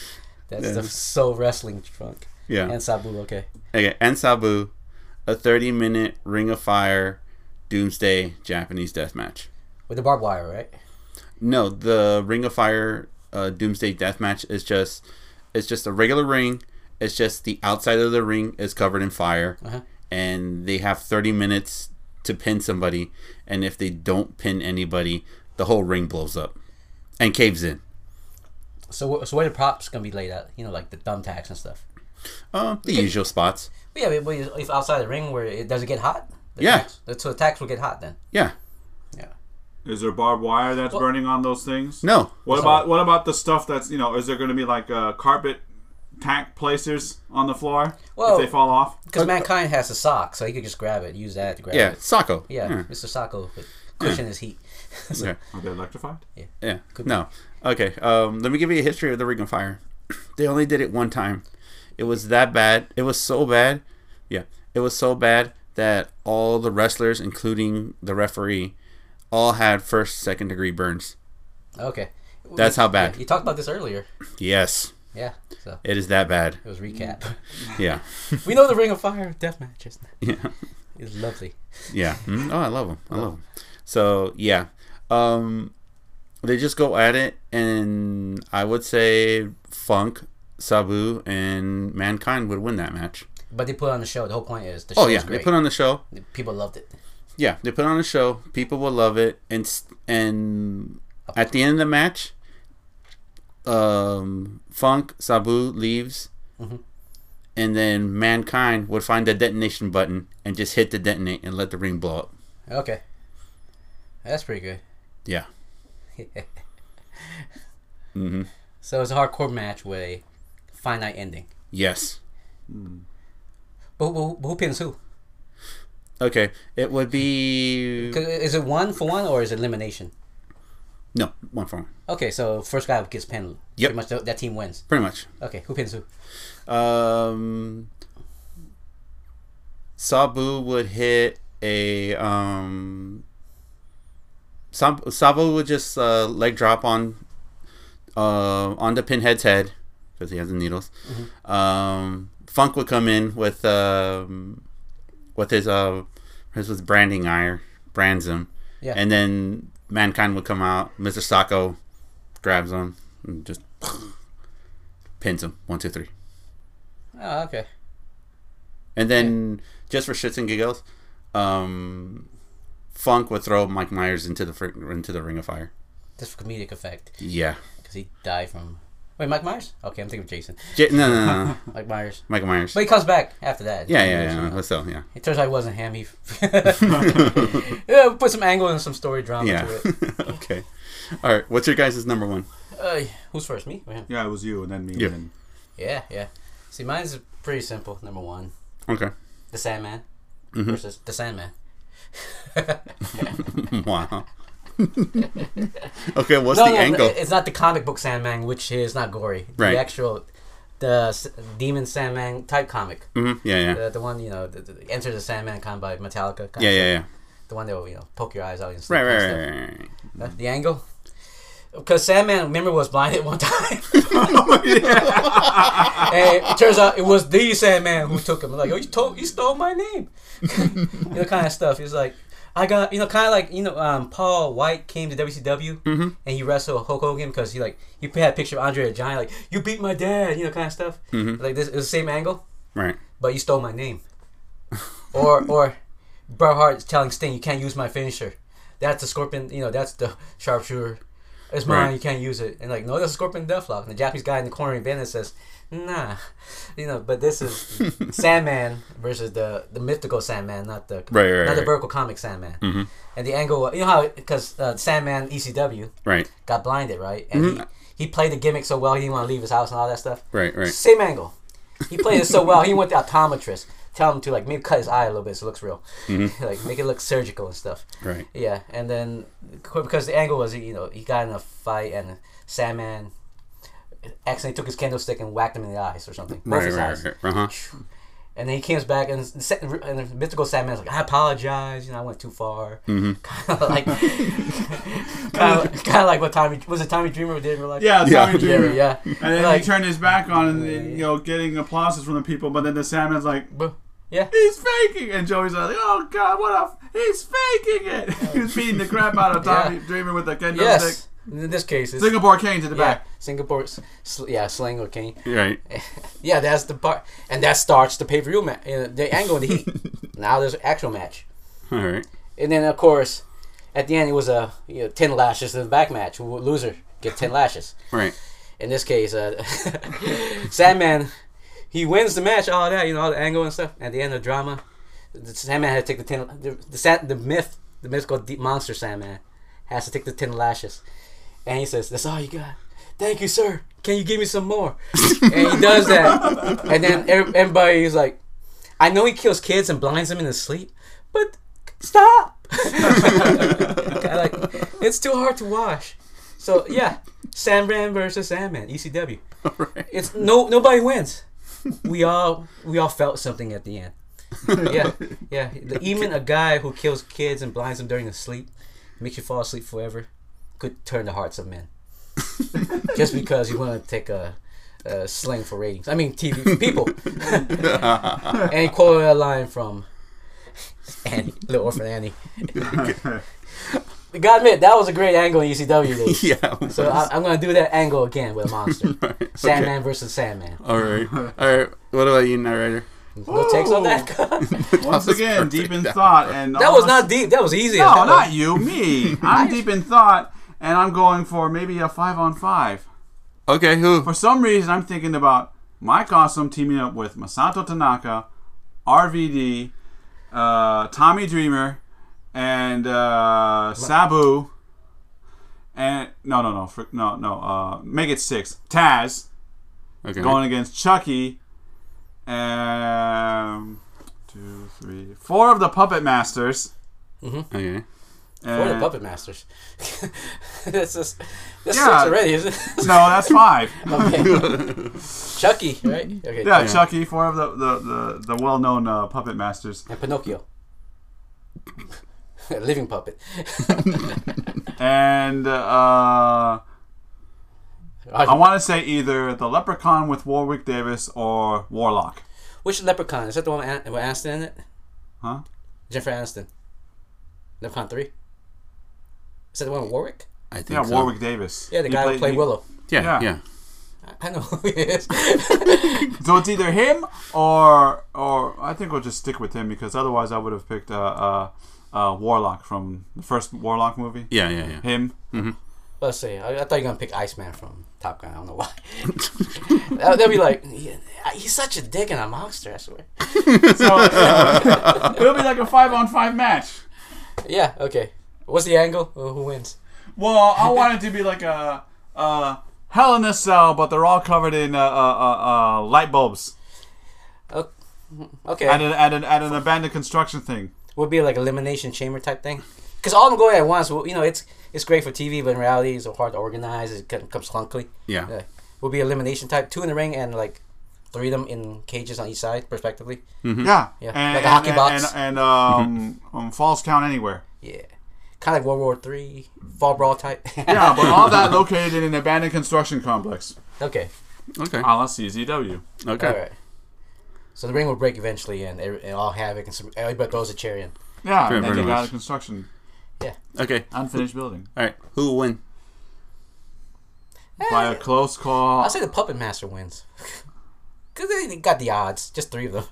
that's the so wrestling funk. Yeah. And Sabu, okay. Okay. And Sabu, a 30-minute Ring of Fire, Doomsday Japanese Death Match. With the barbed wire, right? No, the Ring of Fire uh, Doomsday Death Match is just it's just a regular ring. It's just the outside of the ring is covered in fire, Uh-huh. and they have thirty minutes to pin somebody. And if they don't pin anybody, the whole ring blows up and caves in. So, wh- so where the props gonna be laid out? You know, like the thumbtacks and stuff. Uh, the usual spots. But yeah, but- but if outside the ring where it does it get hot? The Yeah. Tacks, the- so the tacks will get hot then. Yeah. Yeah. Is there barbed wire that's burning on those things? No. What about what about the stuff that's you know? Is there going to be like uh, carpet tack placers on the floor Well- if they fall off? Because mankind has a sock, so he could just grab it, use that to grab Yeah. Hmm. it. Socko. Yeah. Mr. Socko could cushion his heat. Yeah. Okay. Are they electrified? Yeah. No. Okay. Um, let me give you a history of the Ring of Fire. They only did it one time. It was that bad. It was so bad. Yeah. It was so bad that all the wrestlers, including the referee, all had first, second degree burns. Okay. That's how bad. You talked about this earlier. Yes. Yeah. So It is that bad. it was recap. Hmm. Yeah. we know the Ring of Fire death matches. Yeah. It's lovely. Yeah. Mm, Oh, I love them. I love them. So yeah, um, they just go at it, and I would say Funk, Sabu, and Mankind would win that match. But they put on the show. The whole point is the show Oh is yeah, great. they put on the show. People loved it. Yeah, they put on a show. People will love it, and s- and at the end of the match, um, Funk Sabu leaves, and then Mankind would find the detonation button and just hit the detonate and let the ring blow up. Okay. That's pretty good. Yeah, So it's a hardcore match with a finite ending. yes. But, who- but who pins who? Okay, it would be 'Cause Is it one for one or is it elimination? no one for one, Okay, so first guy gets pinned. Yep. Pretty much th- that team wins. pretty much. Okay, who pins who? Um, Sabu would hit a um. Sab- Sabu would just uh, leg drop on, uh, on the pinhead's head, because he has the needles. Um, Funk would come in with um, with his uh, his with branding iron, brands him, Yeah. and then mankind would come out. Mister Sacco grabs him and just pins him. One, two, three. Oh, okay. And then just for shits and giggles, um, Funk would throw Mike Myers into the fr- into the Ring of Fire. Just for comedic effect, Yeah. because he died from. Wait, Mike Myers? Okay, I'm thinking of Jason. J- no, no, no, no. Mike Myers. Mike Myers. But he comes back after that. Yeah, yeah, yeah. Let's go. Yeah. It turns out it wasn't him. He yeah, put some angle and some story drama Yeah. to it. okay. All right. What's your guys' number one? Uh, who's first, me or him? Yeah, it was you and then me. Yeah. And then Yeah, yeah. See, mine's pretty simple. Number one, Okay. the Sandman Mm-hmm. versus the Sandman. wow. okay. What's the no, angle? it- It's not the comic book Sandman, which is not gory. Right. The actual, the s- demon Sandman type comic. Mhm, Yeah, yeah. The, the one you know, the, the Enter the Sandman kind of by Metallica. Kind yeah, of yeah, yeah. The one that will you know poke your eyes out and stuff. Right, kind of right, stuff. right, right, right. Huh? The angle. Because Sandman, remember, was blind at one time. and it turns out it was the Sandman who took him. Like, oh, you, told, you stole my name. you know, kind of stuff. He's like, I got, you know, kind of like, you know, um, Paul White came to WCW and he wrestled Hulk Hogan because he, like, he had a picture of Andre the Giant, like, you beat my dad, you know, kind of stuff. Like, this it was the same angle, Right. but you stole my name. or, or Bret Hart telling Sting, you can't use my finisher. That's the Scorpion, you know, that's the sharpshooter. It's mine, Right. you can't use it. And like, no, that's a Scorpion Deathlock. And the Japanese guy in the corner in Bennett says, nah. You know, but this is Sandman versus the the mythical Sandman, not the Right, right, not the right. Mm-hmm. vertical comic Sandman. And the angle, you know how, because uh, Sandman ECW Right. got blinded, right? And Mm-hmm. he, he played the gimmick so well, he didn't want to leave his house and all that stuff. Right, right. Same angle. He played it so well, he went to optometrist. tell him to like maybe cut his eye a little bit so it looks real, like make it look surgical and stuff. Mm-hmm. Right. Yeah, and then qu- because the angle was you know he got in a fight and Sandman accidentally took his candlestick and whacked him in the eyes or something, both Right, his right, eyes. right. Uh huh. And then he comes back and, s- and the mythical Sandman's like, I apologize, you know, I went too far. Mm-hmm. kind of like, kind of kind of like what Tommy was it Tommy Dreamer did in real life? Yeah, Yeah. Tommy yeah, Dreamer. yeah. And then Like- he turned his back on, and then, you know, getting applauses from the people. But then the Sandman's like, Bu- yeah. "He's faking," and Joey's like, "Oh God, what a f- he's faking it! he's beating the crap out of Tommy Dreamer with the kendo stick." Yes. In this case, it's Singapore cane to the yeah, back. Singapore, sl- yeah, slang or cane. Right. Yeah, that's the part, and that starts the pay per view match, uh, the angle and the heat. now there's an actual match, All right. and then of course, at the end it was a you know, ten lashes to the back match. Who- Loser get ten lashes. Right. In this case, uh, Sandman, he wins the match. All that you know, all the angle and stuff. At the end of drama, the Sandman had to take the ten. The the, Sa- the myth, the mythical deep monster Sandman, has to take the ten lashes, and he says, "That's all you got." Thank you, sir. Can you give me some more? and he does that, and then ev- everybody's like, "I know he kills kids and blinds them in his sleep, but stop!" Kinda like, it's too hard to wash. So yeah, Sandman versus Sandman, E ECW. All right. It's no nobody wins. We all we all felt something at the end. Yeah, yeah. The- Even a guy who kills kids and blinds them during the sleep, makes you fall asleep forever, could turn the hearts of men. Just because you want to take a, a sling for ratings. I mean, TV for people. and he quoted a line from Annie, Little Orphan Annie. Gotta admit, that was a great angle in ECW. days. Yeah. it So I, was. I'm gonna do that angle again with a monster. Right, okay. Sandman versus Sandman. All right. All right. What about you, narrator? No takes on that. that Once was again, perfect. deep in thought, and was almost- not deep. That was easy. No, That was- not you, me. I'm deep in thought, and I'm going for maybe a five on five. Okay. Who? For some reason, I'm thinking about Mike Awesome teaming up with Masato Tanaka, RVD, uh, Tommy Dreamer, and uh, Sabu. And no, no, no, fr- no, no. Uh, make it six. Taz Okay. going against Chucky. Um, two, three, four of the Puppet Masters. Okay. We're the and- puppet masters. that's just that's Yeah. six already, isn't it? No, that's five. Okay. Chucky, right? Okay. Yeah, Chucky, four of the the, the, the well known uh, puppet masters, And Pinocchio. A Living puppet. and uh, I want to say either the Leprechaun with Warwick Davis or Warlock. Which leprechaun? Is that the one with An- with Aniston in it? Huh? Jennifer Aniston. Leprechaun 3? Is that the one with Warwick? I think. Yeah, so. Warwick Davis. Yeah, the He guy who played he- Willow. Yeah. Yeah. Yeah. I know who he is. So it's either him or or I think we'll just stick with him because otherwise I would have picked uh, uh, uh, Warlock from the first Warlock movie. Yeah. Yeah. Yeah. Him. Let's see. I, I thought you were gonna pick Iceman from Top Gun. I don't know why. that, that'd be like he, he's such a dick and a monster. I swear. So it'll be like a five on five match. Yeah. Okay. What's the angle? Uh, who wins? Well, I want it to be like a, uh Hell in a Cell, but they're all covered in uh, uh, uh, uh, light bulbs Oh, okay. at an, at, an, at an abandoned construction thing. Would be like elimination chamber type thing. Because all of them going at once. Well, you know, it's it's great for TV, but in reality, it's so hard to organize. It kind of comes clunkily. Yeah. Yeah. Would be elimination type. Two in the ring and like three of them in cages on each side, respectively. Yeah, Hmm. Yeah, And, like a hockey and, box. and, and um, um, falls count anywhere. Yeah. Kind of like World War Three, Fall Brawl type. Yeah, but all that located in an abandoned construction complex. okay. Okay. A la CZW. Okay. All right. So the ring will break eventually, and, every- and all havoc, and some, everybody throws a chair in. Yeah, Very, and then very you got much. a construction Okay. unfinished building All right. Who will win? by a close I'll call. say the Puppet Master wins. Because they got the odds, just three of them.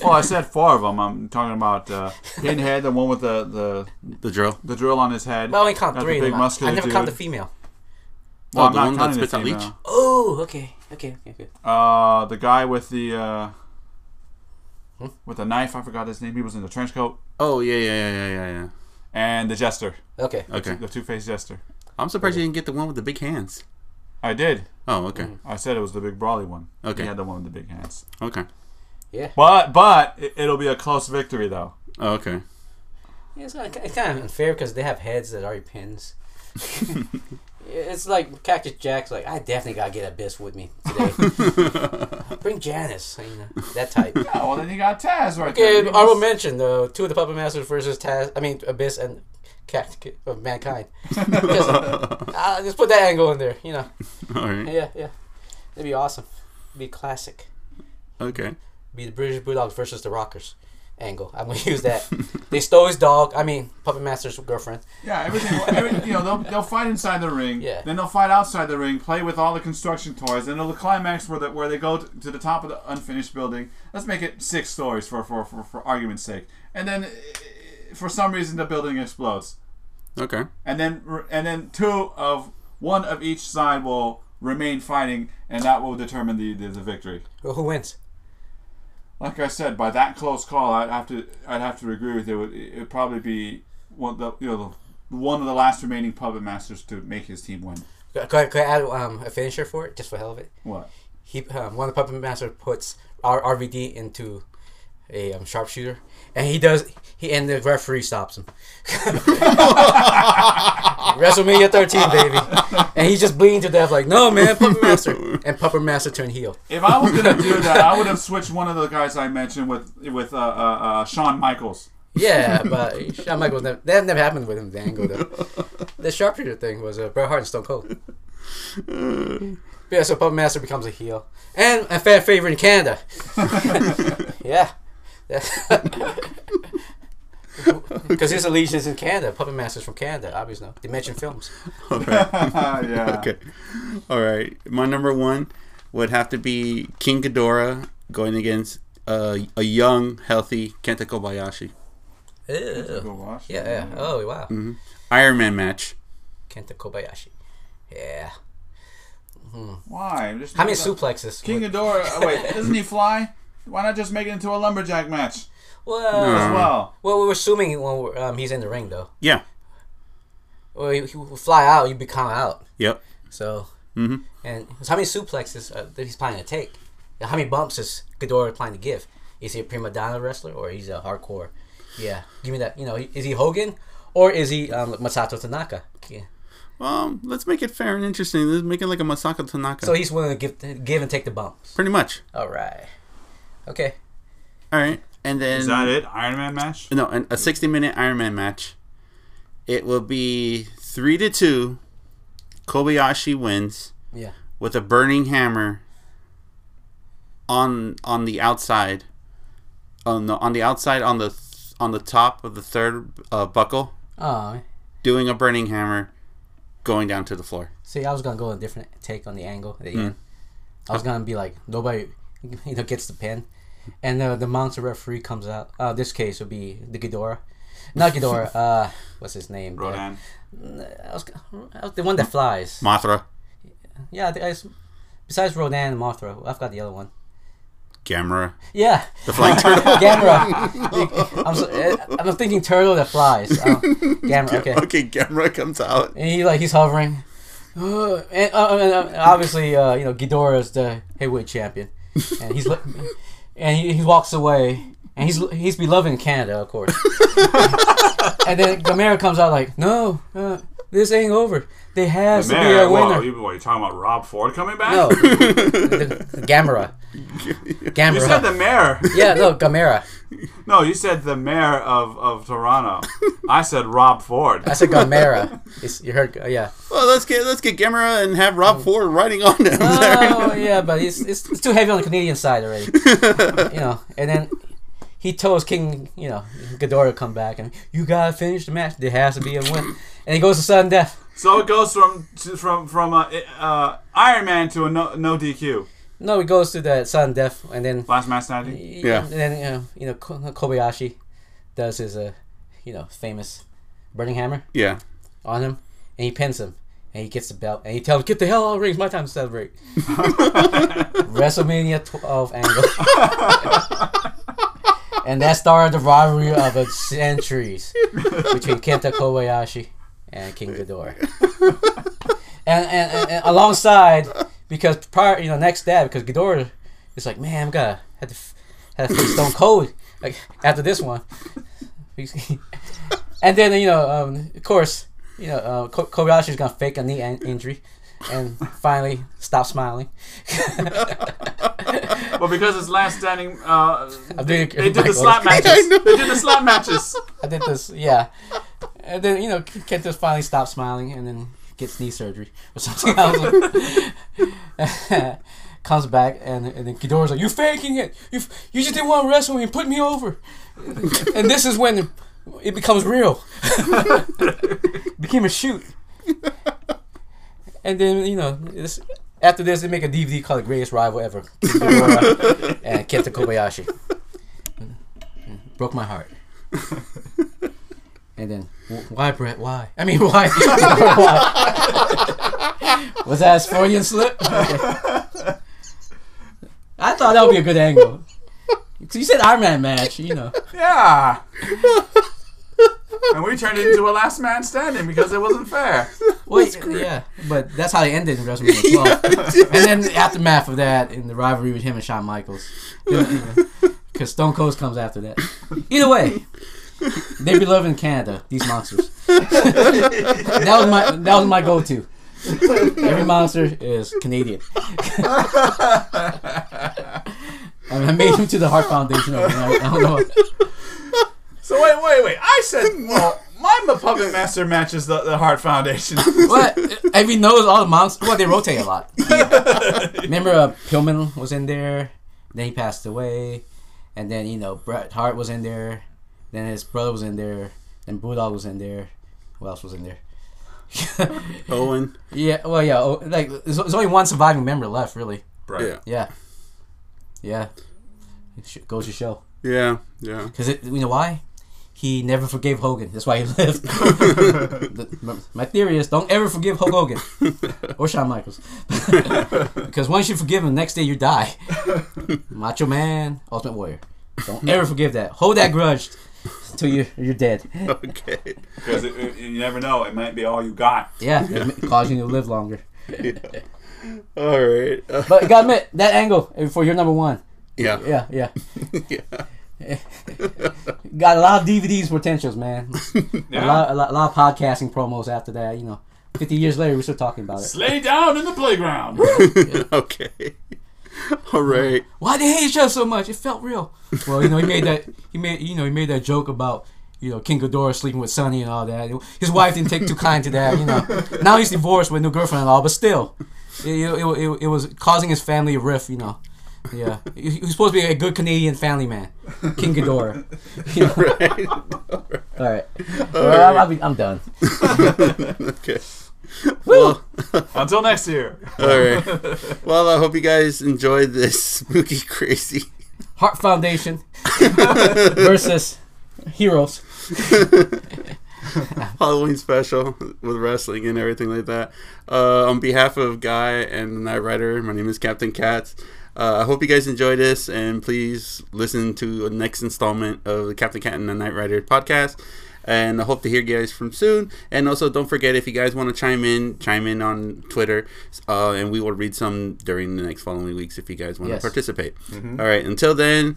Well, I said four of them. I'm talking about uh, Pinhead, the one with the, the The drill. the drill on his head. But I only count Got the three of big them. I, muscular I never count the dude. female. Well, Oh, I'm the not one that counting the spits out female. leech? Oh, okay. Okay, okay, okay. Uh, the guy with the uh, Hmm? with the knife. I forgot his name. He was in the trench coat. Oh yeah yeah yeah yeah yeah And the jester, Okay. yeah. Okay. the two-faced jester. I'm surprised you didn't get the one with the big hands. I did. Oh okay I said it was the big brawly one. Okay. Mm. He had the one with the big hands. okay. Yeah. But but it, it'll be a close victory though. Oh, okay. Yeah, it's, kind of, it's kind of unfair because they have heads that are pins. it's like Cactus Jack's like, I definitely gotta get Abyss with me today. Bring Janice, you know, that type. Oh, well, then you got Taz right there. Okay, You honorable just- mention though, two of the Puppet Masters versus Taz. I mean, Abyss and Cactus of Mankind. Because, uh, just put that angle in there, you know. All right. Yeah, yeah, it'd be awesome. It'd be classic. Okay. Be the British Bulldogs versus the Rockers angle. I'm gonna use that. they stole his dog. I mean, Puppet Master's girlfriend. Yeah, everything. Every, you know, they'll, they'll fight inside the ring. Yeah. Then they'll fight outside the ring. Play with all the construction toys. Then the climax where the, where they go to, to the top of the unfinished building. Let's make it six stories for for, for, for argument's sake. And then, eh, for some reason, the building explodes. Okay. And then r- and then two of one of each side will remain fighting, and that will determine the the, the victory. Well, who wins? Like I said, by that close call, I'd have to I'd have to agree with you. It would probably be one the you know the, one of the last remaining puppet masters to make his team win. Could, could, could I add um, a finisher for it, just for hell of it? What? He um, one of the puppet master puts R- RVD into a um, sharpshooter, and he does. He and the referee stops him. WrestleMania 13, baby, and he's just bleeding to death. Like, no, man, puppet master, and puppet master turned heel. If I was gonna do that, I would have switched one of the guys I mentioned with with uh, uh, uh, Shawn Michaels. Yeah, but Shawn Michaels never, that never happened with him. The angle though, the sharpshooter thing was uh, Bret Hart and Stone Cold. Yeah, so Puppet Master becomes a heel and a fan favorite in Canada. yeah, because his allegiance is in Canada. Puppet Master's from Canada, obviously. No. Dimension Films. All right. yeah. okay. All right. My number one would have to be King Ghidorah going against uh, a young, healthy Kenta Kobayashi. Go Ew. watch. Yeah, yeah. Oh wow, Iron Man match. Kenta Kobayashi. Yeah. Why? Just How many make it up. suplexes? King Ghidorah. oh, wait, doesn't he fly? Why not just make it into a lumberjack match well, as well? well, we're assuming when we're, um, he's in the ring though. Yeah. Well, you, you fly out, you become out. Yep. So, and so how many suplexes uh, that he's planning to take? How many bumps is Ghidorah planning to give? Is he a prima donna wrestler or he's a hardcore? Yeah, give me that. You know, is he Hogan or is he um, Masato Tanaka? Yeah. Um, let's make it fair and interesting. Let's make it like a Masaka Tanaka. So he's willing to give, give and take the bumps. Pretty much. All right. Okay. All right. And then Is that it? Iron Man match? no, an, a sixty-minute Iron Man match. It will be three to two. Kobayashi wins Yeah. with a burning hammer on on the outside. On the on the outside on the th- on the top of the third uh, buckle, Oh, doing a burning hammer, going down to the floor. see, I was gonna go a different take on the angle. At the end. I was gonna be like nobody, you know, gets the pin, and uh, the monster referee comes out. Uh, this case would be the Ghidorah, not Ghidorah. uh, what's his name? Rodan. I was, I was- the one that flies. Mothra, Yeah, I think I s besides Rodan and Mothra, I've got the other one. Gamera, Yeah, the flying turtle. Gamera. The- I'm, so, uh, I'm thinking turtle that flies. Oh, Gamera. Okay. Okay, Gamera comes out. And he like he's hovering. Uh, and, uh, and, uh, obviously, uh, you know, Ghidorah is the heavyweight champion, and he's look- and he, he walks away, and he's he's beloved in Canada, of course. and then Gamera comes out like, no, uh, this ain't over. There has to be a winner. you, what, you talking about Rob Ford coming back? No, the, the Gamera. Gamera. You said the mayor. yeah, no, Gamera. No, you said the mayor of, of Toronto. I said Rob Ford. I said Gamera. It's, you heard, uh, yeah. Well, let's get let's get Gamera and have Rob Ford riding on him. Oh, yeah, but it's, it's, it's too heavy on the Canadian side already. you know, and then he tells King, you know, Ghidorah to come back and you gotta finish the match. There has to be a win. And he goes to sudden death. So it goes from to, from from uh, uh, Iron Man to a no, no DQ. No, he goes to the sudden death, and then Last match standing. Yeah. and then uh, you know Ko- Kobayashi does his uh, you know famous burning hammer. yeah. on him, and he pins him, and he gets the belt, and he tells him, "Get the hell out of the ring! It's my time to celebrate." WrestleMania 12 angle, and that started the rivalry of the centuries between Kenta Kobayashi and King Ghidorah, and, and, and, and alongside because prior, you know, next day because Ghidorah is like, "Man, I'm gonna have to." F- had to face Stone Cold like after this one. and then you know, um, of course, you know, uh, Ko- Kobayashi's gonna fake a knee in- injury, and finally stop smiling. Well, because it's last standing, uh, I they, think- they did the Michael. slap matches. They did the slap matches. I did this, yeah. And then you know, Kent just finally stops smiling, and then gets knee surgery or something. I was like- comes back, and and then Ghidorah's like, "You faking it? You f- you just didn't want to wrestle me and put me over." and this is when it becomes real. Became a shoot. And then you know, this, after this, they make a DVD called "The Greatest Rival Ever," Ghidorah and Kenta Kobayashi. Broke my heart. And then, "Wh- why, Brett? Why? I mean, why? why? Was that a Freudian slip? Okay. I thought that would be a good angle. 'Cause you said Iron Man match, you know. Yeah. and we turned it into a last man standing because it wasn't fair. Well, yeah, but that's how they ended in WrestleMania 12. and then the aftermath of that, and the rivalry with him and Shawn Michaels, because Stone Cold comes after that. Either way, they be loving Canada. These monsters. that was my that was my go-to. Every monster is Canadian. I, mean, I made him to the Heart Foundation. Over there. I don't know. So wait, wait, wait. I said, well, my puppet master matches the, the Heart Foundation. What? Every knows all the monsters. Well, they rotate a lot. Remember, uh, Pillman was in there. Then he passed away, and then you know Bret Hart was in there. Then his brother was in there. Then Bulldog was in there. Who else was in there? Owen. yeah. Well, yeah. Oh, like, there's, there's only one surviving member left, really. Right. Yeah. Yeah. Yeah. It sh- goes to show. Yeah. Yeah. Because you know why? He never forgave Hogan. That's why he lived. The- my- my theory is don't ever forgive Hulk Hogan or Shawn Michaels. because once you forgive him, next day you die. Macho Man, Ultimate Warrior. Don't ever forgive that. Hold that grudge till you're, you're dead. Okay. Because it, it- you never know. It might be all you got. Yeah, it ma- cause you to live longer. All right. Uh, But you gotta admit, that angle for your number one. yeah. Yeah, yeah. Yeah. Got a lot of DVDs potentials, man. Yeah. A, lot, a, lot, a lot of podcasting promos after that, you know. 50 years later, we're still talking about it. Lay down in the playground. okay. All right. why they hate each other so much? It felt real. Well, you know, he made that he made you know he made that joke about you know King Ghidorah sleeping with Sonny and all that. His wife didn't take too kind to that. You know, now he's divorced with a new girlfriend and all, but still, it, it, it, it was causing his family a rift. You know, yeah, he, he was supposed to be a good Canadian family man, King Ghidorah. You know? Right. All right, well, I'm, I'll be- I'm done. okay. Well, Until next year. all right. Well, I hope you guys enjoyed this spooky, crazy. Heart Foundation versus Heroes. Halloween special with wrestling and everything like that. Uh, on behalf of Guy and Night Rider, my name is Captain Katz. Uh, I hope you guys enjoy this, and please listen to the next installment of the Captain Cat and the Night Rider podcast. And I hope to hear you guys from soon. And also, don't forget if you guys want to chime in, chime in on Twitter, uh, and we will read some during the next following weeks if you guys want Yes. to participate. All right. Until then,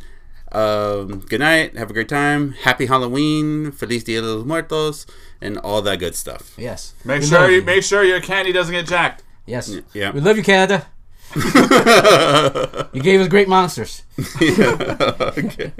um, good night. Have a great time. Happy Halloween. Feliz Dia de los Muertos, and all that good stuff. Yes, Make We sure love you make sure your candy doesn't get jacked. Yes, yeah. we love you, Canada. You gave us great monsters. okay.